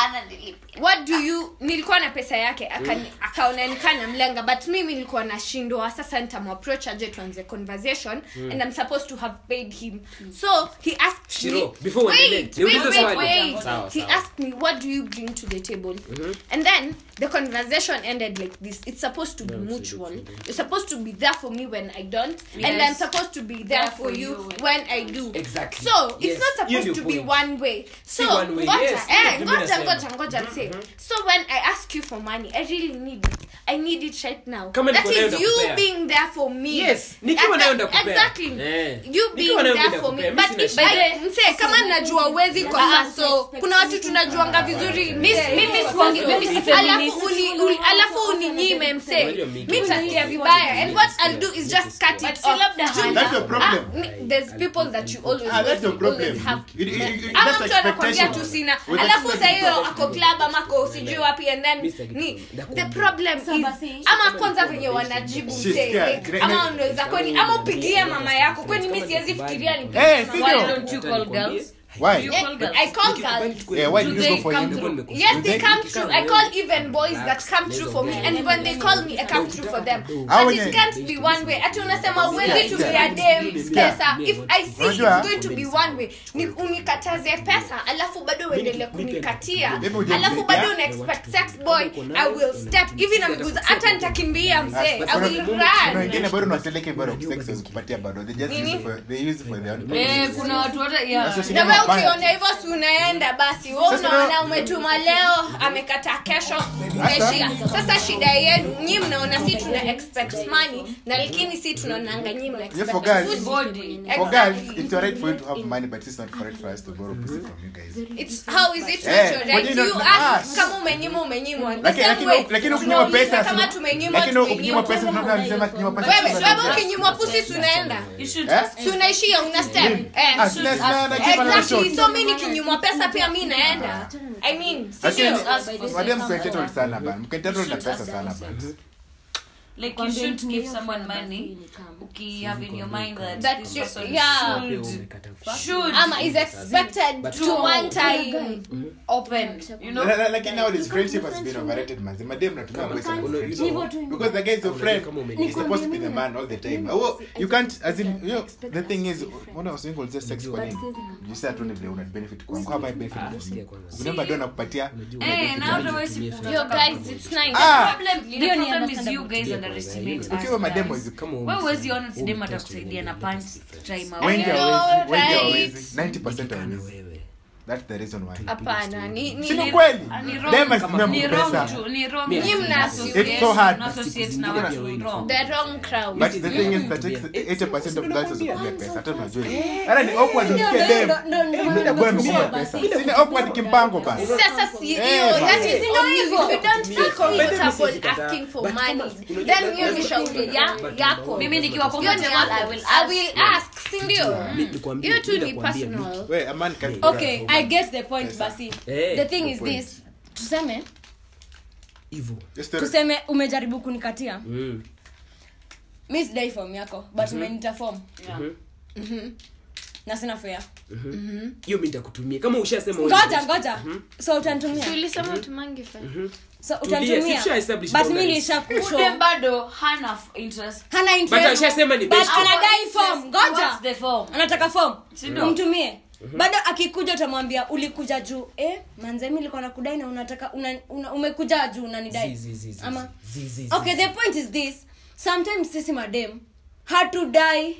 J: what do you, nilikuwa na pesa yake, aka-
K: Mm.
J: akaona nikaa namlenga, but mimi nilikuwa nashindwa, sasa nitamapproach aje tuanze conversation,
K: Mm.
J: and I'm supposed to have paid him. So, he asked me,
K: Shiro, before
J: wait,
K: uendelee,
J: wait,
K: niulize
J: wait,
K: swali.
J: wait.
K: Sawa,
J: He
K: sawa.
J: asked me, what do you bring to the table?
K: Mhm.
J: And then the conversation ended like this. It's supposed to be
K: That's it,
J: mutual. You're supposed to be there for me when I don't, and
K: Yes.
J: I'm supposed to be there for you when I do.
K: Exactly.
J: So
K: Yes.
J: it's not
K: Hiyo
J: supposed to
K: ndio
J: be
K: point.
J: one way. So
K: Si one way,
J: ngoja,
K: yes.
J: eh,
K: Ndio
J: ngoja,
K: nasema.
J: ngoja, ngoja
K: Mm-hmm.
J: niseme. So when I ask you for money, I really need it. I need it right now.
K: Kama
J: that
K: niko nayo
J: is you
K: nakupea.
J: being there for me.
K: Yes, nikiwa nayo
J: Exa-
K: ndakupea.
J: Exactly.
K: Eh.
J: You being
K: nayo
J: there
K: mi
J: for me.
K: ndakupea, mi
J: But if
K: sina
J: I mse kama najua uwezi kwa
B: Ah,
J: so kuna watu tunajuanga vizuri. Miss mimi sikuangi mimi si- alafu uni uni- alafu uninyime mse.
K: Unajua Miki,
J: Mimi nitasikia vibaya and what I'll do is just cut it off. Juu-
C: That's your problem.
J: Ah, mi- there's people that you always
C: Ah, that's your
J: you always
C: problem.
J: have
C: You- you- you-
J: ama
C: Mm, that's
J: mtu anakwambia
C: expectation.
J: tu sina
C: With
J: alafu
C: expectation.
J: sahiyo ako club ama ako sijui wapi and then ni the problem is ama kwanza venye wanajibu
C: She's
J: mzee,
C: scared.
J: like,
C: Great.
J: ama unaweza kweni ama upigie mama yako kweni mi siwezi fikiria ni
C: Eh, si ndio? Why?
J: Yeah, I call girls.
C: Eh, why
J: Do
C: did you
J: they
C: go for
J: come
C: him?
J: through?
C: Do
J: Yes,
C: they-
J: they come true. I call even boys that come true for me, and when they call me, I come true for them.
C: Ah,
J: But
C: wenye-
J: it can't be one way. Ati unasema uwezi to be a
C: Yeah.
J: dem pesa. If I see
C: Unajua-
J: it's going to be one way, ni unikataze pesa, alafu bado uendelee kunikatia,
C: Hebu uje-
J: alafu bado
C: Yeah.
J: una expect sex boy, I will step hivi na miguu, za- hata nitakimbia mzee, I will
C: Kuna
J: run.
C: wengine bado unawapeleka bado sex kupatia bado. They just use it for they use it for their own
B: Eh,
C: purposes.
B: kuna watu hata yeah.
C: Sasa
J: na
C: shida
J: we
C: mabaya.
J: ukiona hivyo si unaenda basi we
C: Sasa-
J: unaona umetuma leo amekata kesho umeshia sasa shida yenu nyi mnaona si tuna expect money na lakini si tunaonanga nyi mna
C: Yes,
J: expect
C: for guys.
J: good body.
C: For
J: Exactly.
C: guys, it's alright for you to have money, but it's not correct for us to borrow pussy from you guys.
J: It's- how is it
C: Eh,
J: natural,
C: kwa nini
J: right? You
C: not-
J: ask
C: ah,
J: kama umenyimwa umenyimwa The
C: Lakini-
J: same
C: lakini-
J: way,
C: lakini ukinyimwa
J: tunauliza
C: pesa,
J: kama
C: si-
J: tumenyimwa
C: Lakini ukinywa
J: tumenyimwa.
C: pesa tunaona alisema kinywa pesa.
J: wewe wewe ukinyimwa pusi si unaenda
C: Eh?
J: si unaishia una step eh.
C: Ah, sina- sina- najipa na short.
J: exactly so mi nikinyimwa pesa pia mi naenda uh, i mean si
C: Lakini
J: ndio?
C: madam mketero sana bana. Mketero na pesa sana bana.
B: like you should give someone money uki have in your mind that,
J: That
B: this
J: you-
B: person
J: yeah.
B: should should eh,
J: ama is expected to one time
B: open you know
C: La- la- lakini nowadays friendship has been overrated man. The madam natumia boys on friendship. Because the guy is your friend. He's supposed to be the man all the time. Oh, you can't as in you know, the thing is when I was single just sex kwa nini? You say tu ni vile una benefit kwangu. How my
B: Ah,
C: benefit kwangu? Remember ndio nakupatia.
B: eh na hata wewe si
J: yo guys it's nice
C: Ah.
B: problem the
H: Hiyo ni
B: problem is
H: understandable.
B: you guys underestimate us
C: Ukiwa
B: guys.
C: mademo hizi
B: wewe huwezi ona sidem atakusaidia na punch time out
C: wengi
B: Yeah.
C: hawezi, wengi
J: right.
C: hawezi. 90% hawezi. That's the reason why.
J: hapana ni ni
C: Sio kweli.
B: Ni
C: Dem
B: wrong.
C: asitumia
B: Ni
C: pesa.
B: wrong tu- ni wrong.
K: Yes.
B: Nyinyi mna
C: It's so hard.
B: mna associate na watu wrong.
J: the wrong crowd
C: But the thing is that 80% of girls wanatumia pesa. Hata tunajua.
H: Eh.
C: Hata ni awkward usikie dem. Mimi na bwana mkubwa pesa. Sina awkward kimpango basi.
J: sasa si
C: Eh,
J: hiyo
C: bana.
J: that is no hivyo you don't feel
K: Lakini
J: comfortable
K: sisi kataa.
J: asking for
K: But kama-
J: money
K: unajua-
J: then hiyo
K: lazima-
J: ni shauri ya- yako
B: mimi nikiwa kwa
J: hiyo ni
B: mtu
J: yako.
B: I will
J: i
B: ask.
J: will ask si ndio
K: Mi- nikwambie,
J: hiyo tu
K: mi
J: ni
K: nakwambia, mi-
J: personal
C: Wait, a man can
H: okay i get the point basi
K: Eh,
H: the thing is
C: point.
H: this tuseme
K: hivyo.
C: Just tell-
H: tuseme umejaribu kunikatia
K: Mm.
H: mi sidai fom yako but umenita fom
B: Yeah.
H: Mhm. na sina fea
K: Mhm. hiyo mi nitakutumia kama ushasema wewe- Mhm.
H: ngoja ngoja so utanitumia
J: tulisema tumange fedha
H: so
K: Tulia,
H: utanitumia
K: si usha-establish
H: but mi
K: boundaries.
H: nilisha kusho
B: Udem bado hana f- interest
H: hana
K: But
H: interest
K: ushasema ni
H: but
K: best.
H: anadai fom ngoja
B: What's the form?
H: anataka fom
B: Sindio?
H: mtumie
K: Mhm.
H: bado akikuja utamwambia ulikuja juu eh, manzemi ilikuwa nakudai na unataka una, una, umekuja juu unanidai
K: Zi, zi, zi, zi,
H: ama
K: zi, zi, zi.
H: okay the point is this sometimes sisi madem hatudai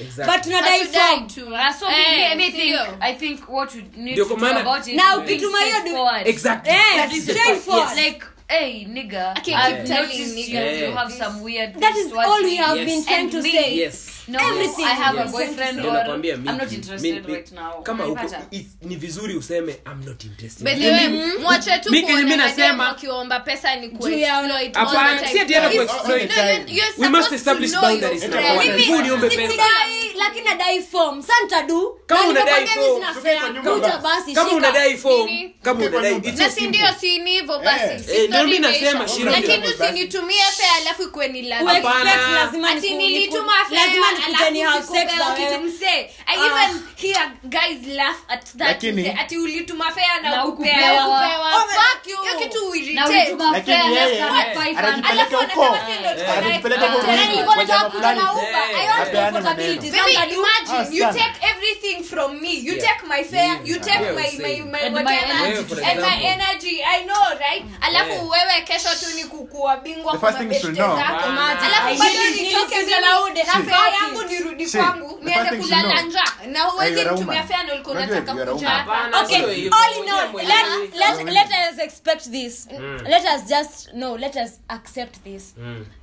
K: Exactly.
H: but tunadai fom
B: Uh, so
J: Eh,
B: maybe- maybe
J: sindio?
B: think- I think what you need
K: Ndio
B: to
K: kwa
B: do
K: maana-
B: about it
H: Na
B: is
H: ukituma hiyo du-
B: straightforward.
K: Exactly.
H: Eh,
K: That is the point.
H: straightforward.
K: Yes.
B: Like, Hey, nigga.
J: Okay,
B: I've
J: keep telling
B: noticed
J: niggas.
B: you, you
J: Yeah.
B: have some weird.
H: That
B: things
H: is
B: towards
H: all we
B: me.
H: have Yes. been trying
B: And
H: to
B: me.
H: say.
K: Yes.
B: No,
H: Everything
B: I have
H: we have
B: a
H: been
B: boyfriend
H: trying to
B: or
H: say.
K: nakwambia
B: I'm not interested right now.
K: kama uko,
B: Unanipata?
K: i- ni vizuri useme i'm not interested
J: Belewe,
K: Mimi-
J: mm, mwache tu
K: Mimi kenye mimi
J: kuonana
K: nasema-
J: nao wakiomba pesa ni ku
H: Juu ya-
J: exploit all
K: Hapana,
J: the time.
K: si ati hata
J: If-
K: ku exploit.
J: No, you're- you're
K: We must
J: supposed to
K: establish
J: know
K: boundaries
J: your
K: na
J: friends.
K: bwana. Mimi- Uniombe pesa.
H: sikudai lakini nadai form sa ntadu
K: Kama unadai form,
H: kuja basi
K: kama unadai form
J: Nini?
K: kama unadai
C: nyumba.
K: it's so
J: na si ndio
K: simple.
J: si ni hivyo
C: Eh,
J: basi si
K: ndio
J: story
K: mimi
J: imeisha.
K: nasema, Shiro,
J: lakini
C: ndio basi.
J: usinitumie fea alafu ikuwe ni lazima.
H: Uexpect
K: Hapana.
H: lazima
J: Ati
H: niku-
J: nilituma
H: niku-
J: fea,
H: lazima
J: alafu
H: nikuje ni have
J: sikupea
H: sex na
J: kitu
H: wewe.
J: msee. I
H: Ah.
J: even hear guys laugh at that
C: Lakini-
J: msee. Ati ulituma fea na
B: Na
J: ukupewa.
B: ukupewa.
J: Oh my- Fuck you. Hiyo kitu
B: Na
J: irritate.
B: ulituma
C: Lakini
B: fair,
C: yeye,
B: let's not
C: eh,
B: buy fun.
C: anajipeleka
J: Alafu
C: huko. Eh,
J: wanasema si ndio tuko na Yaani
C: Anajipeleka huko
J: expectation.
C: wingi,
H: Nilikuwa
C: kwa
H: nataka
C: jambo
H: kuja
C: fulani.
H: na Uber.
K: Eh.
H: I want
C: Apeane
H: responsibilities.
J: Baby,
H: Somebody-
C: Ah,
J: imagine you
C: sana.
J: take everything from me. You
K: Yeah.
J: take my fare, you take
K: Yeah,
J: my my my
K: same.
J: Mm.
B: And my
J: whatever,
B: energy,
K: for
J: and my
K: example.
J: energy. I know, right? Alafu
K: Yeah.
J: wewe kesho tu ni kukuwa bingwa
C: The
J: kwa
C: first thing you should
J: mabeshte
C: know.
J: zako.
K: Bana.
J: Alafu bado
H: Shit.
J: nitoke
H: Shit.
J: mimi na
H: Shit.
J: fare yangu nirudi
C: Shit.
J: kwangu,
C: The first
J: niende
C: thing you
J: kulala
C: should know.
J: njaa. Na
C: Hey,
J: huwezi
C: you're a
J: nitumia
C: woman.
J: fare na ulikuwa
C: Unajua
J: unataka
C: you're a
J: kuja
C: woman.
J: hapa.
K: Hapana,
H: Okay,
K: sio hivyo.
H: all in all,
K: Mwenyewe
H: let, let,
C: Mwenyewe.
H: let us expect this. Let us just no, let us accept this.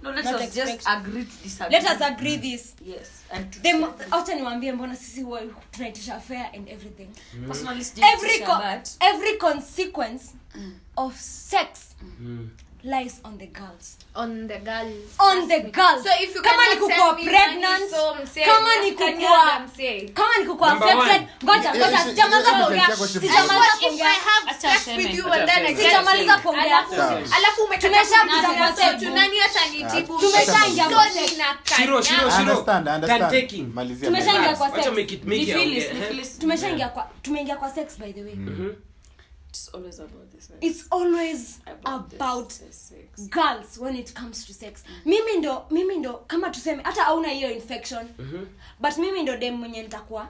B: No, let
H: Not
B: us just
H: expect-
B: agree to disagree.
H: Let us agree this.
B: Yes, and to
H: Them
B: say-
H: acha niwaambie mbona sisi huwa tunaitisha fair and everything.
B: personally sijui
H: Every
B: kutisha,
H: co-
B: but-
H: every consequence of sex lies on the girls.
J: On the girls.
H: On the girls.
J: So if you
H: kama
J: cannot
H: ni
J: send
H: kukuwa
J: me
H: pregnant,
J: money, so msee,
H: kama ni
J: just kanyanga
H: kukuwa
J: msee.
H: kama ni kukuwa
K: Number one.
H: affected, ngoja
C: Yeah,
H: ngoja
C: she-
H: sijamaliza
C: she-
H: kuongea.
C: she- she-
H: Sijamaliza
J: What if I
H: kuongea.
J: have
B: Acha
J: sex
B: aseme.
J: with you and then I get
H: Sijamaliza
J: sick?
H: kuongea.
J: Alafu-
C: Sawa.
J: alafu umetoka
H: Tumesha-
J: kwenye
H: tumesha-
J: concept, nani
K: Ah,
J: atanitibu?
H: Tumeshaingia
J: So
H: kwa-
J: ninakanya.
K: Shiro, Shiro,
C: I
K: Shiro.
C: understand, I understand.
K: Turn taking.
C: Malizia,
H: Tumesha-
C: malizia.
H: Tumeshaingia kwa
K: Wacha
H: sex.
K: make it-
B: Ni
K: make it
B: feelings,
K: out,
B: ni
K: eh.
B: feelings.
H: Tumeshaingia kwa tumeingia kwa sex by the way.
B: It's always about this, eh?
H: It's always
B: About
H: about,
B: this, this sex.
H: girls when it comes to sex mimi ndo mimi ndo kama tuseme hata hauna hiyo infection
K: Mhm.
H: mm-hmm. but mimi ndo dem mwenye nitakuwa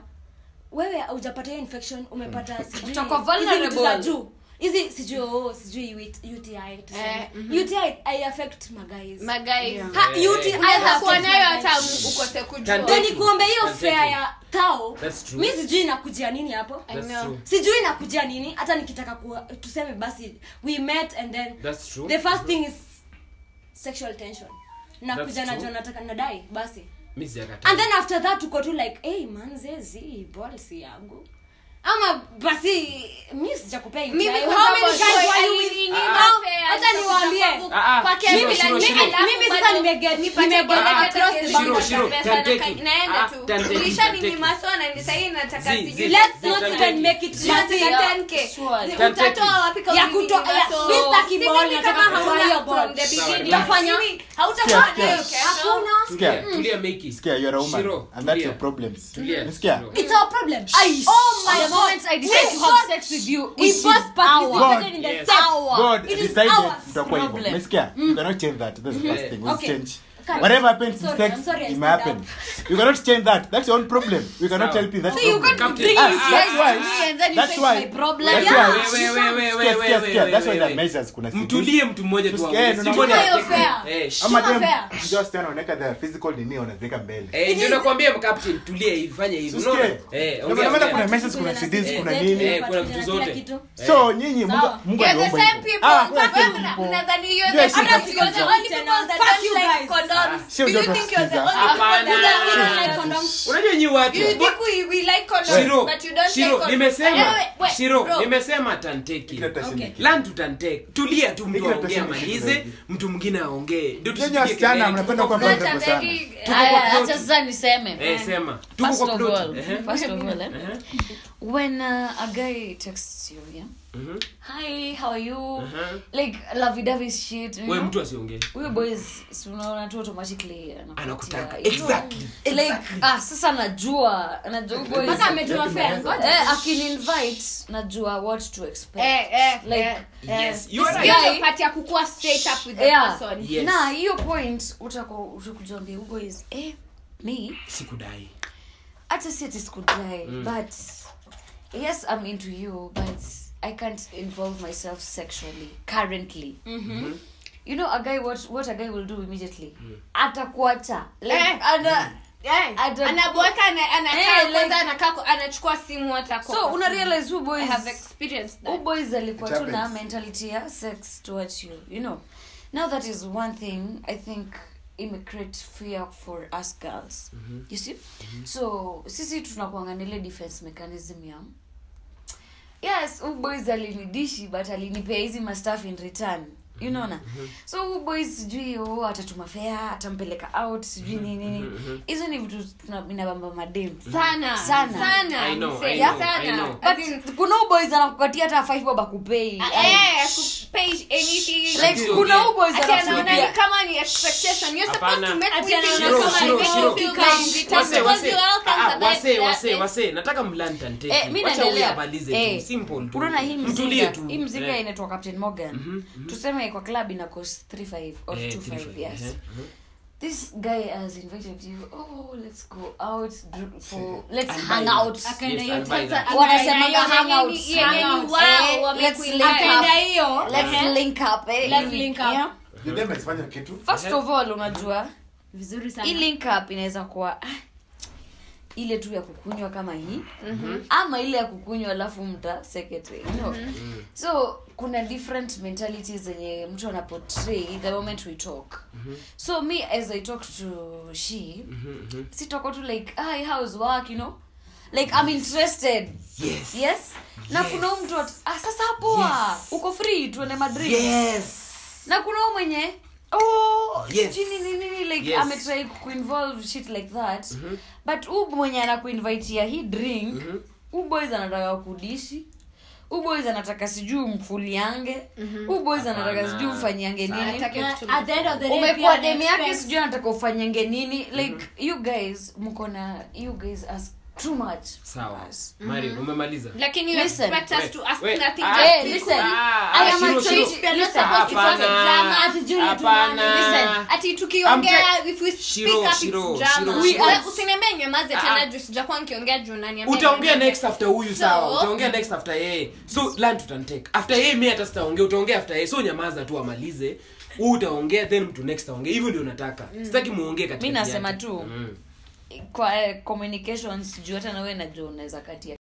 H: wewe haujapata hiyo infection
K: Mm.
H: umepata sijui-
B: Utakuwa
H: hizi vitu za
B: vulnerable.
H: juu hizi sijui oo sijui UT- UTI tuseme
J: Eh,
H: UTI Mhm. i affect my guys
J: Magai.
H: ha, UTI
J: Unaweza
H: affect
J: kuwa nayo
H: my
J: hata
H: guys.
J: ukose
H: Ndio
J: kujua.
H: nikuombe hiyo
K: That's
H: fare
K: taking.
H: ya tao
K: That's true.
H: mi sijui nakujia nini hapo
J: I
K: That's
J: know.
K: true.
H: sijui nakujia nini hata nikitaka kuwa tuseme basi we met and then
K: That's true.
H: the first thing is sexual tension nakuja
K: That's
H: najua
K: true.
H: nataka nadai basi
K: Mimi sijakataa.
H: and then after that uko tu like hey, manzezi bolsi yangu ama basi mi sijakupea hiyo.
J: Mimi
H: How
J: kwanza
H: many
J: kwa
H: guys
J: show
H: are you
J: ili-
H: with?
J: nini
H: Ah.
J: mapea,
H: Hata
J: nitakuja
H: niwaambie.
J: kwangu,
K: Ah, ah,
J: pake
K: Shiro,
J: mimi
K: Shiro,
J: na-
K: Shiro.
J: mimi alafu
H: Mimi sasa
J: bado
H: nimege-
J: nipate
H: nimegeuka
J: kwangu,
H: across
J: nataka
H: the
J: pesa,
K: Shiro,
J: nataka
K: Shiro,
J: pesa,
K: can
J: naka-
K: take it.
J: naenda
K: Ah,
J: tu.
K: can take it,
J: Ulisha
K: can
J: ni
K: take it.
J: nimasona, ni sahii nataka
K: Zii,
J: sijui-
K: zii.
H: let's not
K: Can
H: even
K: take
H: make it
J: Basi
H: juicy.
J: ya 10K.
B: Surely.
J: Utatoa wapi kauli
H: Ya
J: nyingi
H: kuto-
J: za
H: ya-
J: so-
H: mi sitaki
J: Sisi
H: ball,
J: ni
H: nataka
J: kama
H: kutoa
J: hauna
H: hiyo
J: from
H: ball.
J: the beginning.
K: Sawa,
H: Utafanya-
J: Sisi, hautakuwa
C: Sikia,
J: nayo
C: sikia.
J: kesho.
H: hakuna
C: Sikia,
K: Tulia, make it.
C: sikia, you're a woman,
K: Shiro,
C: and that's
K: tulia.
C: your problems.
K: Tulia,
C: Nisikia?
K: Shiro.
H: it's our problem oh my
B: the moment I decide to
H: We
B: have
H: both-
B: sex with you,
H: we
B: it is
H: both
B: our
H: participated in the
K: Yes.
H: sex
C: God
H: It is
C: decided
H: ours.
C: mtakuwa hivyo.
B: Problem.
C: Umesikia? You cannot change that. That's the first thing. We'll
H: Okay.
C: change.
H: Okay.
C: Whatever happens in
H: Sorry,
C: sex,
H: I'm sorry I
C: it may
H: stood
C: happen.
H: up.
C: You cannot change that. That's your own problem. We cannot
K: Sawa.
C: help you. That's
B: So you
C: problem.
B: can't
K: Captain.
B: bring
K: Ah,
B: his
K: ah,
B: sex
C: ah,
B: to me
C: ah,
B: and then you
C: that's
B: fix
C: why-
B: my problem.
C: that's
B: Yeah.
C: why-
K: Wewe, wewe, wewe,
C: Sikia,
K: wewe,
C: sikia,
K: wewe,
C: sikia. That's why
K: wewe.
C: there are measures. Kuna singles.
K: Mtulie mtu mmoja tu.
C: Tusikie,
K: Si
C: ndio
K: mmoja
C: nakwambia.
K: ateke.
H: Fair.
K: Eh,
C: Ama
H: Sure,
C: dem,
H: fair.
C: mjua wasichana wanaeka their physical nini wanaziweka mbele.
K: Eh, ndio nakwambia captain tulie hivi fanya hivi.
C: Usikie.
K: Unaona? Eh,
C: Ndio
K: ongea,
C: maana
K: ongea.
C: kuna measures, kuna CDs, kuna
H: Eh,
C: nini.
K: Eh, kuna vitu
H: Kila
K: zote.
H: kitu.
C: So, nyinyi Mungu-
H: Sawa.
C: Mungu
J: You're the
C: aliumba
J: same
C: hivyo.
J: people.
C: Ah,
J: Wewe
C: wewe
J: mna-
C: people.
J: mnadhani you're
C: Yes,
J: the-
C: you
J: you're
C: guys.
J: the only people that
H: Fuck
J: don't
H: you
J: like
H: guys.
J: condoms.
C: Sio
J: Do you
C: joto
J: think you're the
C: kusikiza.
J: only people that
K: Hapana.
J: don't like
H: Like
J: condoms?
H: condoms.
K: Unajua nyi watu.
J: Do you think we- we like condoms,
K: Shiro,
J: but you don't
K: Shiro,
J: like condoms?
K: nimesema.
J: Wewe, wewe,
K: Shiro,
J: bro.
K: nimesema tanteki.
C: Ikileta shini.
H: Okay.
K: Land tutanteke. Tulia tu mtu
C: Ikileta
K: aongee
C: shini
K: amalize,
C: kidogo.
K: mtu mwingine aongee.
C: Nyinyi
K: Ndio tusikie
C: wasichana
K: kelele.
C: mnapenda kuwa
J: Not
C: vulnerable
J: a
C: sana.
J: very-
B: Aya,
K: plot.
B: acha sasa niseme
K: Eh, sema. Tuko
B: First
K: kwa
B: of all,
K: plot. Ehe.
B: first of all, eh,
K: Ehe.
B: when uh, a guy texts you, yeah,
K: Mhm.
B: hi, how are you,
K: Ehe.
B: like lovey dovey shit, you
K: Wewe
B: know?
K: mtu asiongee.
B: huyo boys si unaona tu automatically anakupatia,
K: Anakutaka.
B: you know?
K: Exactly.
B: like ah, sasa najua najua huyu boys
H: mpaka ametoa fair
B: eh, akininvite najua what to expect
J: Eh, eh,
B: like
J: eh.
K: Yes, you are
B: This
K: right.
J: Hiyo
B: guy-
J: ndio part ya kukuwa straight up with the
B: Yeah.
J: person.
K: Yes.
B: na hiyo point utakuwa utakujaambia huyu boys eh, me
K: Sikudai.
B: hata si ati sikudai
K: Mm.
B: but yes i'm into you but i can't involve myself sexually currently
K: Hmm.
B: you know a guy what what a guy will do immediately atakuacha like ana
J: Eh,
B: Ata-
J: anaboeka ana- anakaa
B: Eh, like-
J: kwanza anakaa kwa- anachukua simu hata kwa-
B: so una realize who
J: I
B: boys
J: have experienced that.
B: who boys alikuwa
J: It
B: tu na
J: happens.
B: mentality ya sex towards you you know now that is one thing i think imecreate fear for us girls
K: Mhm.
B: you see so sisi tunakuanga na ile defense mechanism ya yes who boys alinidishi but alinipea hizi mastaf in return
K: Mm-hmm.
B: you know so who boys sijui oh, atatuma fea atampeleka out sijui nini nini
K: Mhm.
B: hizo ni vitu tuna- inabamba madem
J: Sana, sana, I know, I
B: Yeah?
J: know, I know.
B: But kuna who boys anakukatia hata five bob akupei
J: Eh, kupay anything.
B: Like, kuna who boys
J: Ati anaona
B: anakulipia.
J: ni kama ni expectation. You're supposed
K: Hapana.
J: to make
K: Ati
J: me feel
K: anaona
J: good.
K: kama
J: Make me
K: shiro,
J: feel
K: shiro.
J: good. Because
K: Wase, wase.
J: you all come
K: Ah, ah,
J: survive
K: wase,
J: without
K: wase,
J: this.
K: wase. nataka mlantamteki.
B: Eh, mi
K: Wacha
B: naendelea.
K: huyu amalize tu.
B: Eh,
K: Simple tu.
B: unaona hii
K: Mm-hmm. Mtulie
B: mzinga
K: tu.
B: hii mzinga
K: Eh.
B: inaitwa captain morgan tuseme kwa club ina cost 35 or
K: Mm-hmm. Eh,
B: 25
K: three,
B: yes
K: five, eh, eh.
B: this guy has invited you oh let's go out dr- for let's
K: I'll
B: hang
K: buy that.
B: out
K: Akaenda hiyo Yes, I'll buy that.
B: wanasemanga
J: Akaenda hiyo
B: hang out
J: yenye- yenye
B: hang out,
J: ni wao
B: eh, let's
J: wamekuinvite.
B: link up.
J: Akaenda hiyo,
B: let's
J: eh.
B: link up eh,
J: Let's
B: hivi,
J: link up.
B: yeah.
C: Ni them akifanya kitu
B: first of all unajua
M: vizuri
B: hii link up inaweza kuwa ah, ile tu ya kukunywa kama hii
K: Mm-hmm.
M: Mhm.
B: ama ile ya kukunywa alafu mta secretary you know?
K: Mm-hmm.
B: so kuna different mentalities zenye mtu anapotray the moment we talk
K: Mm-hmm.
B: so me as i talk to she
K: mm-hmm.
B: sitoko tu like hi how's work you know like i'm interested yes, yes? na kuna huyu mtu at- ah, sasa poa uko free tuende madrid
K: Yes.
B: na kuna huyu mwenye oh
K: Yes.
B: sijui nini nini like
K: Yes.
B: ametry kuinvolve shit like that
M: Mhm.
B: but huu mwenye anakuinvitia hii drink mm boys anataka kudishi Huu boys anataka sijuu mfuliange Huu boys anataka
M: Hapana.
B: sijuu mfanyiange nini
M: Mhm. Atake kitu Na- at the end of the day, pia Mhm.
B: umekuwa
M: ana
B: demu yake
M: expect-
B: sijuu anataka ufanyange nini like you guys mko na you guys ask too much
K: Sawa. Mariam,
B: Mhm.
K: umemaliza?
J: Lakini you
B: Listen.
J: expect us to ask
K: Wait,
J: nothing
K: ah,
J: but
K: eh,
J: be
B: listen.
J: cool.
K: Ah,
B: I am
K: Shiro,
B: a
K: Shiro.
B: treat. We are not
K: Hapana.
B: supposed to cause a drama.
J: Ati juu ni
K: Hapana.
J: drama. Listen, ati tukiongea if we speak
K: Shiro,
J: up it's
K: Shiro,
J: drama.
K: Shiro,
J: We-
K: Shiro.
J: we- usiniambie nyamaze
K: Ah.
J: tena juu sijakuwa nikiongea juu nani ambaye-
K: utaongea next after huyu
J: So-
K: sawa utaongea next after yeye so land tutamteka after yeye mi hata sitaongea utaongea after yeye so nyamaza tu amalize huu utaongea then mtu next aongee hivyo ndio nataka
B: Mm.
K: sitaki muongee katika
M: Mm.
B: mi nasema tu kwa eh, communications juu hata nawe najua unaweza katia